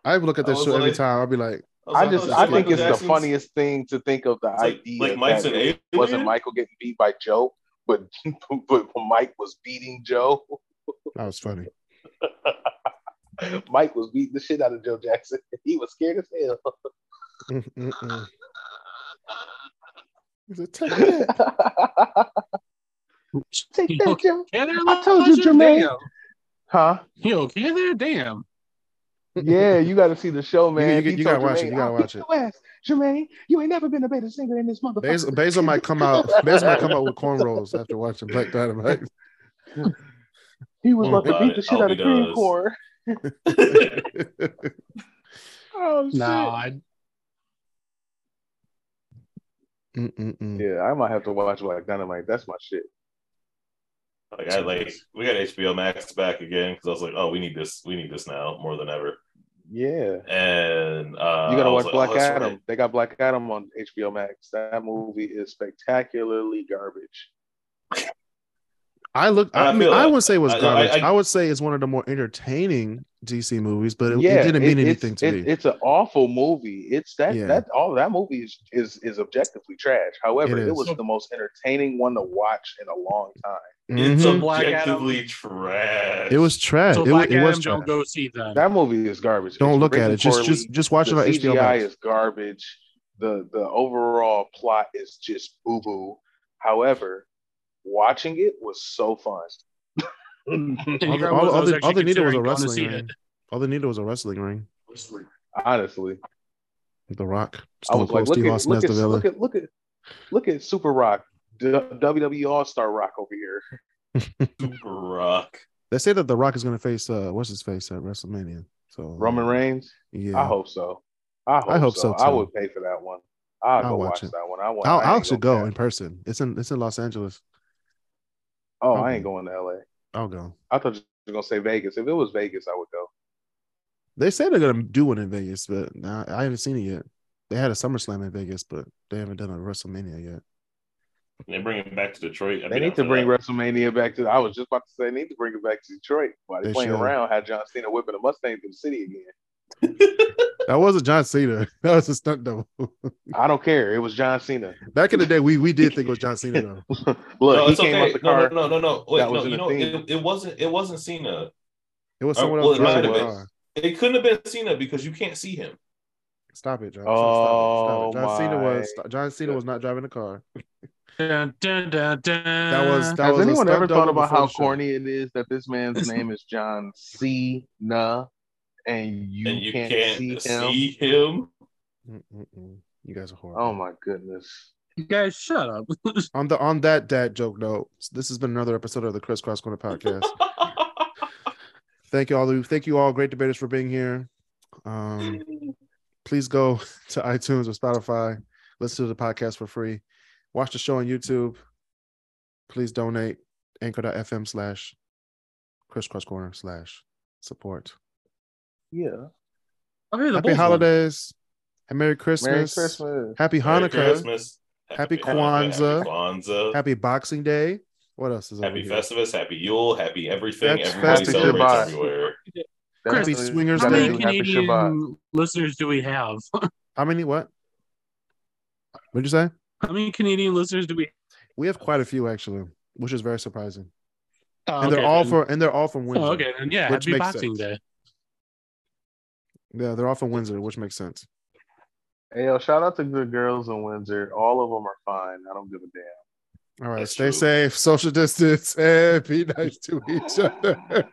[SPEAKER 1] I look at
[SPEAKER 4] I
[SPEAKER 1] that
[SPEAKER 4] was
[SPEAKER 1] show every
[SPEAKER 4] like-
[SPEAKER 1] time. I'll be like,
[SPEAKER 4] was
[SPEAKER 5] I
[SPEAKER 4] like,
[SPEAKER 5] just,
[SPEAKER 4] oh,
[SPEAKER 5] I
[SPEAKER 4] this
[SPEAKER 5] think
[SPEAKER 4] Michael
[SPEAKER 5] it's the
[SPEAKER 4] Jackson's-
[SPEAKER 5] funniest thing to think of the
[SPEAKER 4] It's like-
[SPEAKER 5] idea.
[SPEAKER 4] like Mike's
[SPEAKER 5] that
[SPEAKER 4] an
[SPEAKER 5] it
[SPEAKER 4] alien.
[SPEAKER 5] wasn't Michael getting beat by Joe, but but Mike was beating Joe.
[SPEAKER 1] that was funny.
[SPEAKER 5] Mike was beating the shit out of Joe Jackson. He was scared as hell.
[SPEAKER 1] Mm-mm-mm. He's like, "Take that."
[SPEAKER 5] Take that, Joe.
[SPEAKER 3] Yeah, they're
[SPEAKER 5] I told you,
[SPEAKER 3] larger.
[SPEAKER 5] Jermaine.
[SPEAKER 3] Damn.
[SPEAKER 5] Huh?
[SPEAKER 3] You okay there? Damn.
[SPEAKER 5] Yeah, you got to see the show, man.
[SPEAKER 1] you-
[SPEAKER 5] He
[SPEAKER 1] you
[SPEAKER 5] told
[SPEAKER 1] gotta watch it. You
[SPEAKER 5] Jermaine,
[SPEAKER 1] gotta
[SPEAKER 5] "I'll
[SPEAKER 1] watch
[SPEAKER 5] beat your ass, Jermaine, you ain't never been a better singer in this motherfucker.
[SPEAKER 1] Basil, Basil might come out. Basil might come out with cornrows after watching Black Dynamite.
[SPEAKER 5] He
[SPEAKER 1] Mm.
[SPEAKER 5] was about to
[SPEAKER 4] Love
[SPEAKER 5] beat
[SPEAKER 4] it.
[SPEAKER 5] the shit
[SPEAKER 4] Hope
[SPEAKER 5] out
[SPEAKER 4] he
[SPEAKER 5] of cream
[SPEAKER 4] does.
[SPEAKER 5] corn. Oh shit!
[SPEAKER 3] No, I,
[SPEAKER 1] Mm-mm-mm.
[SPEAKER 5] Yeah, I might have to watch Black Dynamite. That's my shit.
[SPEAKER 4] like, I, like we got HBO Max back again because I was like, oh, we need this, we need this now more than ever.
[SPEAKER 5] Yeah,
[SPEAKER 4] And uh,
[SPEAKER 5] you
[SPEAKER 4] I
[SPEAKER 5] gotta
[SPEAKER 4] was
[SPEAKER 5] watch
[SPEAKER 4] like, oh,
[SPEAKER 5] Black
[SPEAKER 4] that's
[SPEAKER 5] Adam.
[SPEAKER 4] right.
[SPEAKER 5] They got Black Adam on HBO Max. That movie is spectacularly garbage.
[SPEAKER 1] I look. I,
[SPEAKER 4] I
[SPEAKER 1] mean,
[SPEAKER 4] feel
[SPEAKER 1] I
[SPEAKER 4] that.
[SPEAKER 1] wouldn't say it was
[SPEAKER 4] I- I-
[SPEAKER 1] garbage. I,
[SPEAKER 4] I-
[SPEAKER 1] would say it's one of the more entertaining DC movies, but it, it
[SPEAKER 5] yeah,
[SPEAKER 1] didn't mean
[SPEAKER 5] it- it's-
[SPEAKER 1] anything to
[SPEAKER 5] it-
[SPEAKER 1] me.
[SPEAKER 5] It's an awful movie. It's that
[SPEAKER 1] Yeah.
[SPEAKER 5] that all that movie is is is objectively trash. However,
[SPEAKER 1] It
[SPEAKER 5] it,
[SPEAKER 1] is.
[SPEAKER 5] was the most entertaining one to watch in a long time.
[SPEAKER 1] Mhm.
[SPEAKER 4] It's
[SPEAKER 3] a- Mm-hmm. Black Adam.
[SPEAKER 4] objectively trash.
[SPEAKER 1] it was trash.
[SPEAKER 3] so
[SPEAKER 1] it, wa-
[SPEAKER 3] Black
[SPEAKER 1] it was
[SPEAKER 3] Adam
[SPEAKER 1] trash.
[SPEAKER 3] don't go see them.
[SPEAKER 5] That movie is garbage.
[SPEAKER 1] Don't
[SPEAKER 5] It's
[SPEAKER 1] look at
[SPEAKER 5] written
[SPEAKER 1] it. Just
[SPEAKER 5] poorly.
[SPEAKER 1] just just watch it on
[SPEAKER 5] the
[SPEAKER 1] HBO
[SPEAKER 5] CGI
[SPEAKER 1] Max.
[SPEAKER 5] is garbage. The the overall plot is just boo boo. However, watching it was so fun.
[SPEAKER 3] And
[SPEAKER 1] All,
[SPEAKER 3] here I
[SPEAKER 1] all-
[SPEAKER 3] was, I
[SPEAKER 1] all
[SPEAKER 3] was
[SPEAKER 1] they, all
[SPEAKER 3] actually
[SPEAKER 1] they needed was a
[SPEAKER 3] considering going to see
[SPEAKER 1] wrestling ring. All they needed was a wrestling ring.
[SPEAKER 5] Honestly,
[SPEAKER 1] The Rock,
[SPEAKER 5] I
[SPEAKER 1] Stone
[SPEAKER 5] was
[SPEAKER 1] Cold
[SPEAKER 5] like,
[SPEAKER 1] Steve
[SPEAKER 5] look at,
[SPEAKER 1] Austin,
[SPEAKER 5] look,
[SPEAKER 1] that's
[SPEAKER 5] at,
[SPEAKER 1] the villain.
[SPEAKER 5] look at look at look at Super Rock, D- WWE All Star Rock over here.
[SPEAKER 4] Super rock.
[SPEAKER 1] They say that The Rock is going to face uh, what's his face at WrestleMania. So
[SPEAKER 5] Roman Reigns.
[SPEAKER 1] Oh, Yeah,
[SPEAKER 5] I hope so. I hope,
[SPEAKER 1] hope
[SPEAKER 5] so.
[SPEAKER 1] so,
[SPEAKER 5] I
[SPEAKER 1] too.
[SPEAKER 5] would pay for that one. I'll,
[SPEAKER 1] I'll
[SPEAKER 5] go
[SPEAKER 1] watch
[SPEAKER 5] watch,
[SPEAKER 1] it.
[SPEAKER 5] that one. I want.
[SPEAKER 1] I'll,
[SPEAKER 5] I
[SPEAKER 1] I'll
[SPEAKER 5] ain't
[SPEAKER 1] actually
[SPEAKER 5] gonna
[SPEAKER 1] go
[SPEAKER 5] cap.
[SPEAKER 1] in person. It's in it's in Los Angeles.
[SPEAKER 5] Oh,
[SPEAKER 1] I'll
[SPEAKER 5] I ain't
[SPEAKER 1] go.
[SPEAKER 5] going to LA.
[SPEAKER 1] I'll go.
[SPEAKER 5] I thought you were gonna say Vegas. If it was Vegas, I would go.
[SPEAKER 1] They say they're going to do one in Vegas, but nah, I haven't seen it yet. They had a SummerSlam in Vegas, but they haven't done a WrestleMania yet.
[SPEAKER 4] They bring it back to Detroit. I'd
[SPEAKER 5] They
[SPEAKER 4] be
[SPEAKER 5] need
[SPEAKER 4] down
[SPEAKER 5] to
[SPEAKER 4] for
[SPEAKER 5] bring
[SPEAKER 4] that.
[SPEAKER 5] WrestleMania back to. I was just about to say, they need to bring it back to Detroit. While
[SPEAKER 1] They
[SPEAKER 5] they playing
[SPEAKER 1] should.
[SPEAKER 5] around, had John Cena whipping a Mustang through the city again.
[SPEAKER 1] That wasn't John Cena. That was a stunt double.
[SPEAKER 5] I don't care. It was John Cena.
[SPEAKER 1] Back in the day, we we did think it was John Cena though.
[SPEAKER 5] Look,
[SPEAKER 4] No,
[SPEAKER 5] he
[SPEAKER 4] it's
[SPEAKER 5] came
[SPEAKER 4] okay.
[SPEAKER 5] out the
[SPEAKER 4] No,
[SPEAKER 5] car.
[SPEAKER 4] No, no, no, no. Wait,
[SPEAKER 5] that was
[SPEAKER 4] no,
[SPEAKER 5] in
[SPEAKER 4] you
[SPEAKER 5] the
[SPEAKER 4] know,
[SPEAKER 5] theme.
[SPEAKER 4] it, it wasn't. It wasn't Cena.
[SPEAKER 1] It was
[SPEAKER 4] Or-
[SPEAKER 1] someone
[SPEAKER 4] Oh, well,
[SPEAKER 1] else.
[SPEAKER 4] it might
[SPEAKER 1] driving
[SPEAKER 4] have
[SPEAKER 1] the
[SPEAKER 4] been.
[SPEAKER 1] car.
[SPEAKER 4] It couldn't have been Cena because you can't see him.
[SPEAKER 1] Stop it, John. Stop it, stop it.
[SPEAKER 5] Oh,
[SPEAKER 1] John Cena was John Cena
[SPEAKER 5] God.
[SPEAKER 1] was not driving the car.
[SPEAKER 3] Dun, dun, dun, dun.
[SPEAKER 1] That was that
[SPEAKER 5] Uh, Has
[SPEAKER 1] was a
[SPEAKER 5] anyone
[SPEAKER 1] stunt
[SPEAKER 5] ever
[SPEAKER 1] double
[SPEAKER 5] thought about
[SPEAKER 1] before
[SPEAKER 5] how
[SPEAKER 1] the show.
[SPEAKER 5] corny it is that this man's name is John Cena, and you,
[SPEAKER 4] and you
[SPEAKER 5] can't, see him?
[SPEAKER 4] see him.
[SPEAKER 1] Mm-mm-mm. You guys are horrible.
[SPEAKER 5] Oh my Oh, goodness!
[SPEAKER 3] Guys, shut up.
[SPEAKER 1] On the on that dad joke note, this has been another episode of the Crisscross Corner podcast. thank you all. of you- Thank you all, great debaters, for being here. Um, please go to iTunes or Spotify. Listen to the podcast for free. Watch the show on YouTube. Please donate. Anchor.fm slash crisscross corner slash support.
[SPEAKER 2] Yeah.
[SPEAKER 3] Okay,
[SPEAKER 1] Happy
[SPEAKER 3] the Bulls won.
[SPEAKER 1] holidays. And Merry Christmas.
[SPEAKER 2] Merry Christmas.
[SPEAKER 1] Happy
[SPEAKER 4] Merry
[SPEAKER 1] Hanukkah.
[SPEAKER 4] Christmas.
[SPEAKER 1] Happy Kwanzaa.
[SPEAKER 4] Happy Kwanzaa.
[SPEAKER 1] Happy Boxing Day. What else is over
[SPEAKER 4] Happy
[SPEAKER 1] here?
[SPEAKER 4] Festivus, Happy Yule, Happy everything.
[SPEAKER 1] That's
[SPEAKER 4] Everybody
[SPEAKER 2] festive
[SPEAKER 4] celebrates
[SPEAKER 2] goodbye.
[SPEAKER 4] everywhere.
[SPEAKER 1] Happy
[SPEAKER 2] Definitely
[SPEAKER 1] Swingers
[SPEAKER 3] How
[SPEAKER 2] gotta
[SPEAKER 1] Day.
[SPEAKER 3] many
[SPEAKER 2] do Happy Shabbat.
[SPEAKER 3] Canadian listeners do we have?
[SPEAKER 1] How many? What? What'd you say?
[SPEAKER 3] How many Canadian listeners do we?
[SPEAKER 1] We have quite a few actually, which is very surprising.
[SPEAKER 3] Oh,
[SPEAKER 1] and they're
[SPEAKER 3] okay,
[SPEAKER 1] all
[SPEAKER 3] then.
[SPEAKER 1] for and they're all from Windsor.
[SPEAKER 3] Oh, okay, then yeah,
[SPEAKER 1] which
[SPEAKER 3] happy
[SPEAKER 1] makes
[SPEAKER 3] Boxing
[SPEAKER 1] sense.
[SPEAKER 3] Day.
[SPEAKER 1] Yeah, they're all from Windsor, which makes sense.
[SPEAKER 2] Hey, yo, shout out to good girls in Windsor. All of them are fine. I don't give a damn.
[SPEAKER 1] All right,
[SPEAKER 4] That's
[SPEAKER 1] stay
[SPEAKER 4] true.
[SPEAKER 1] safe, social distance, and be nice to each other.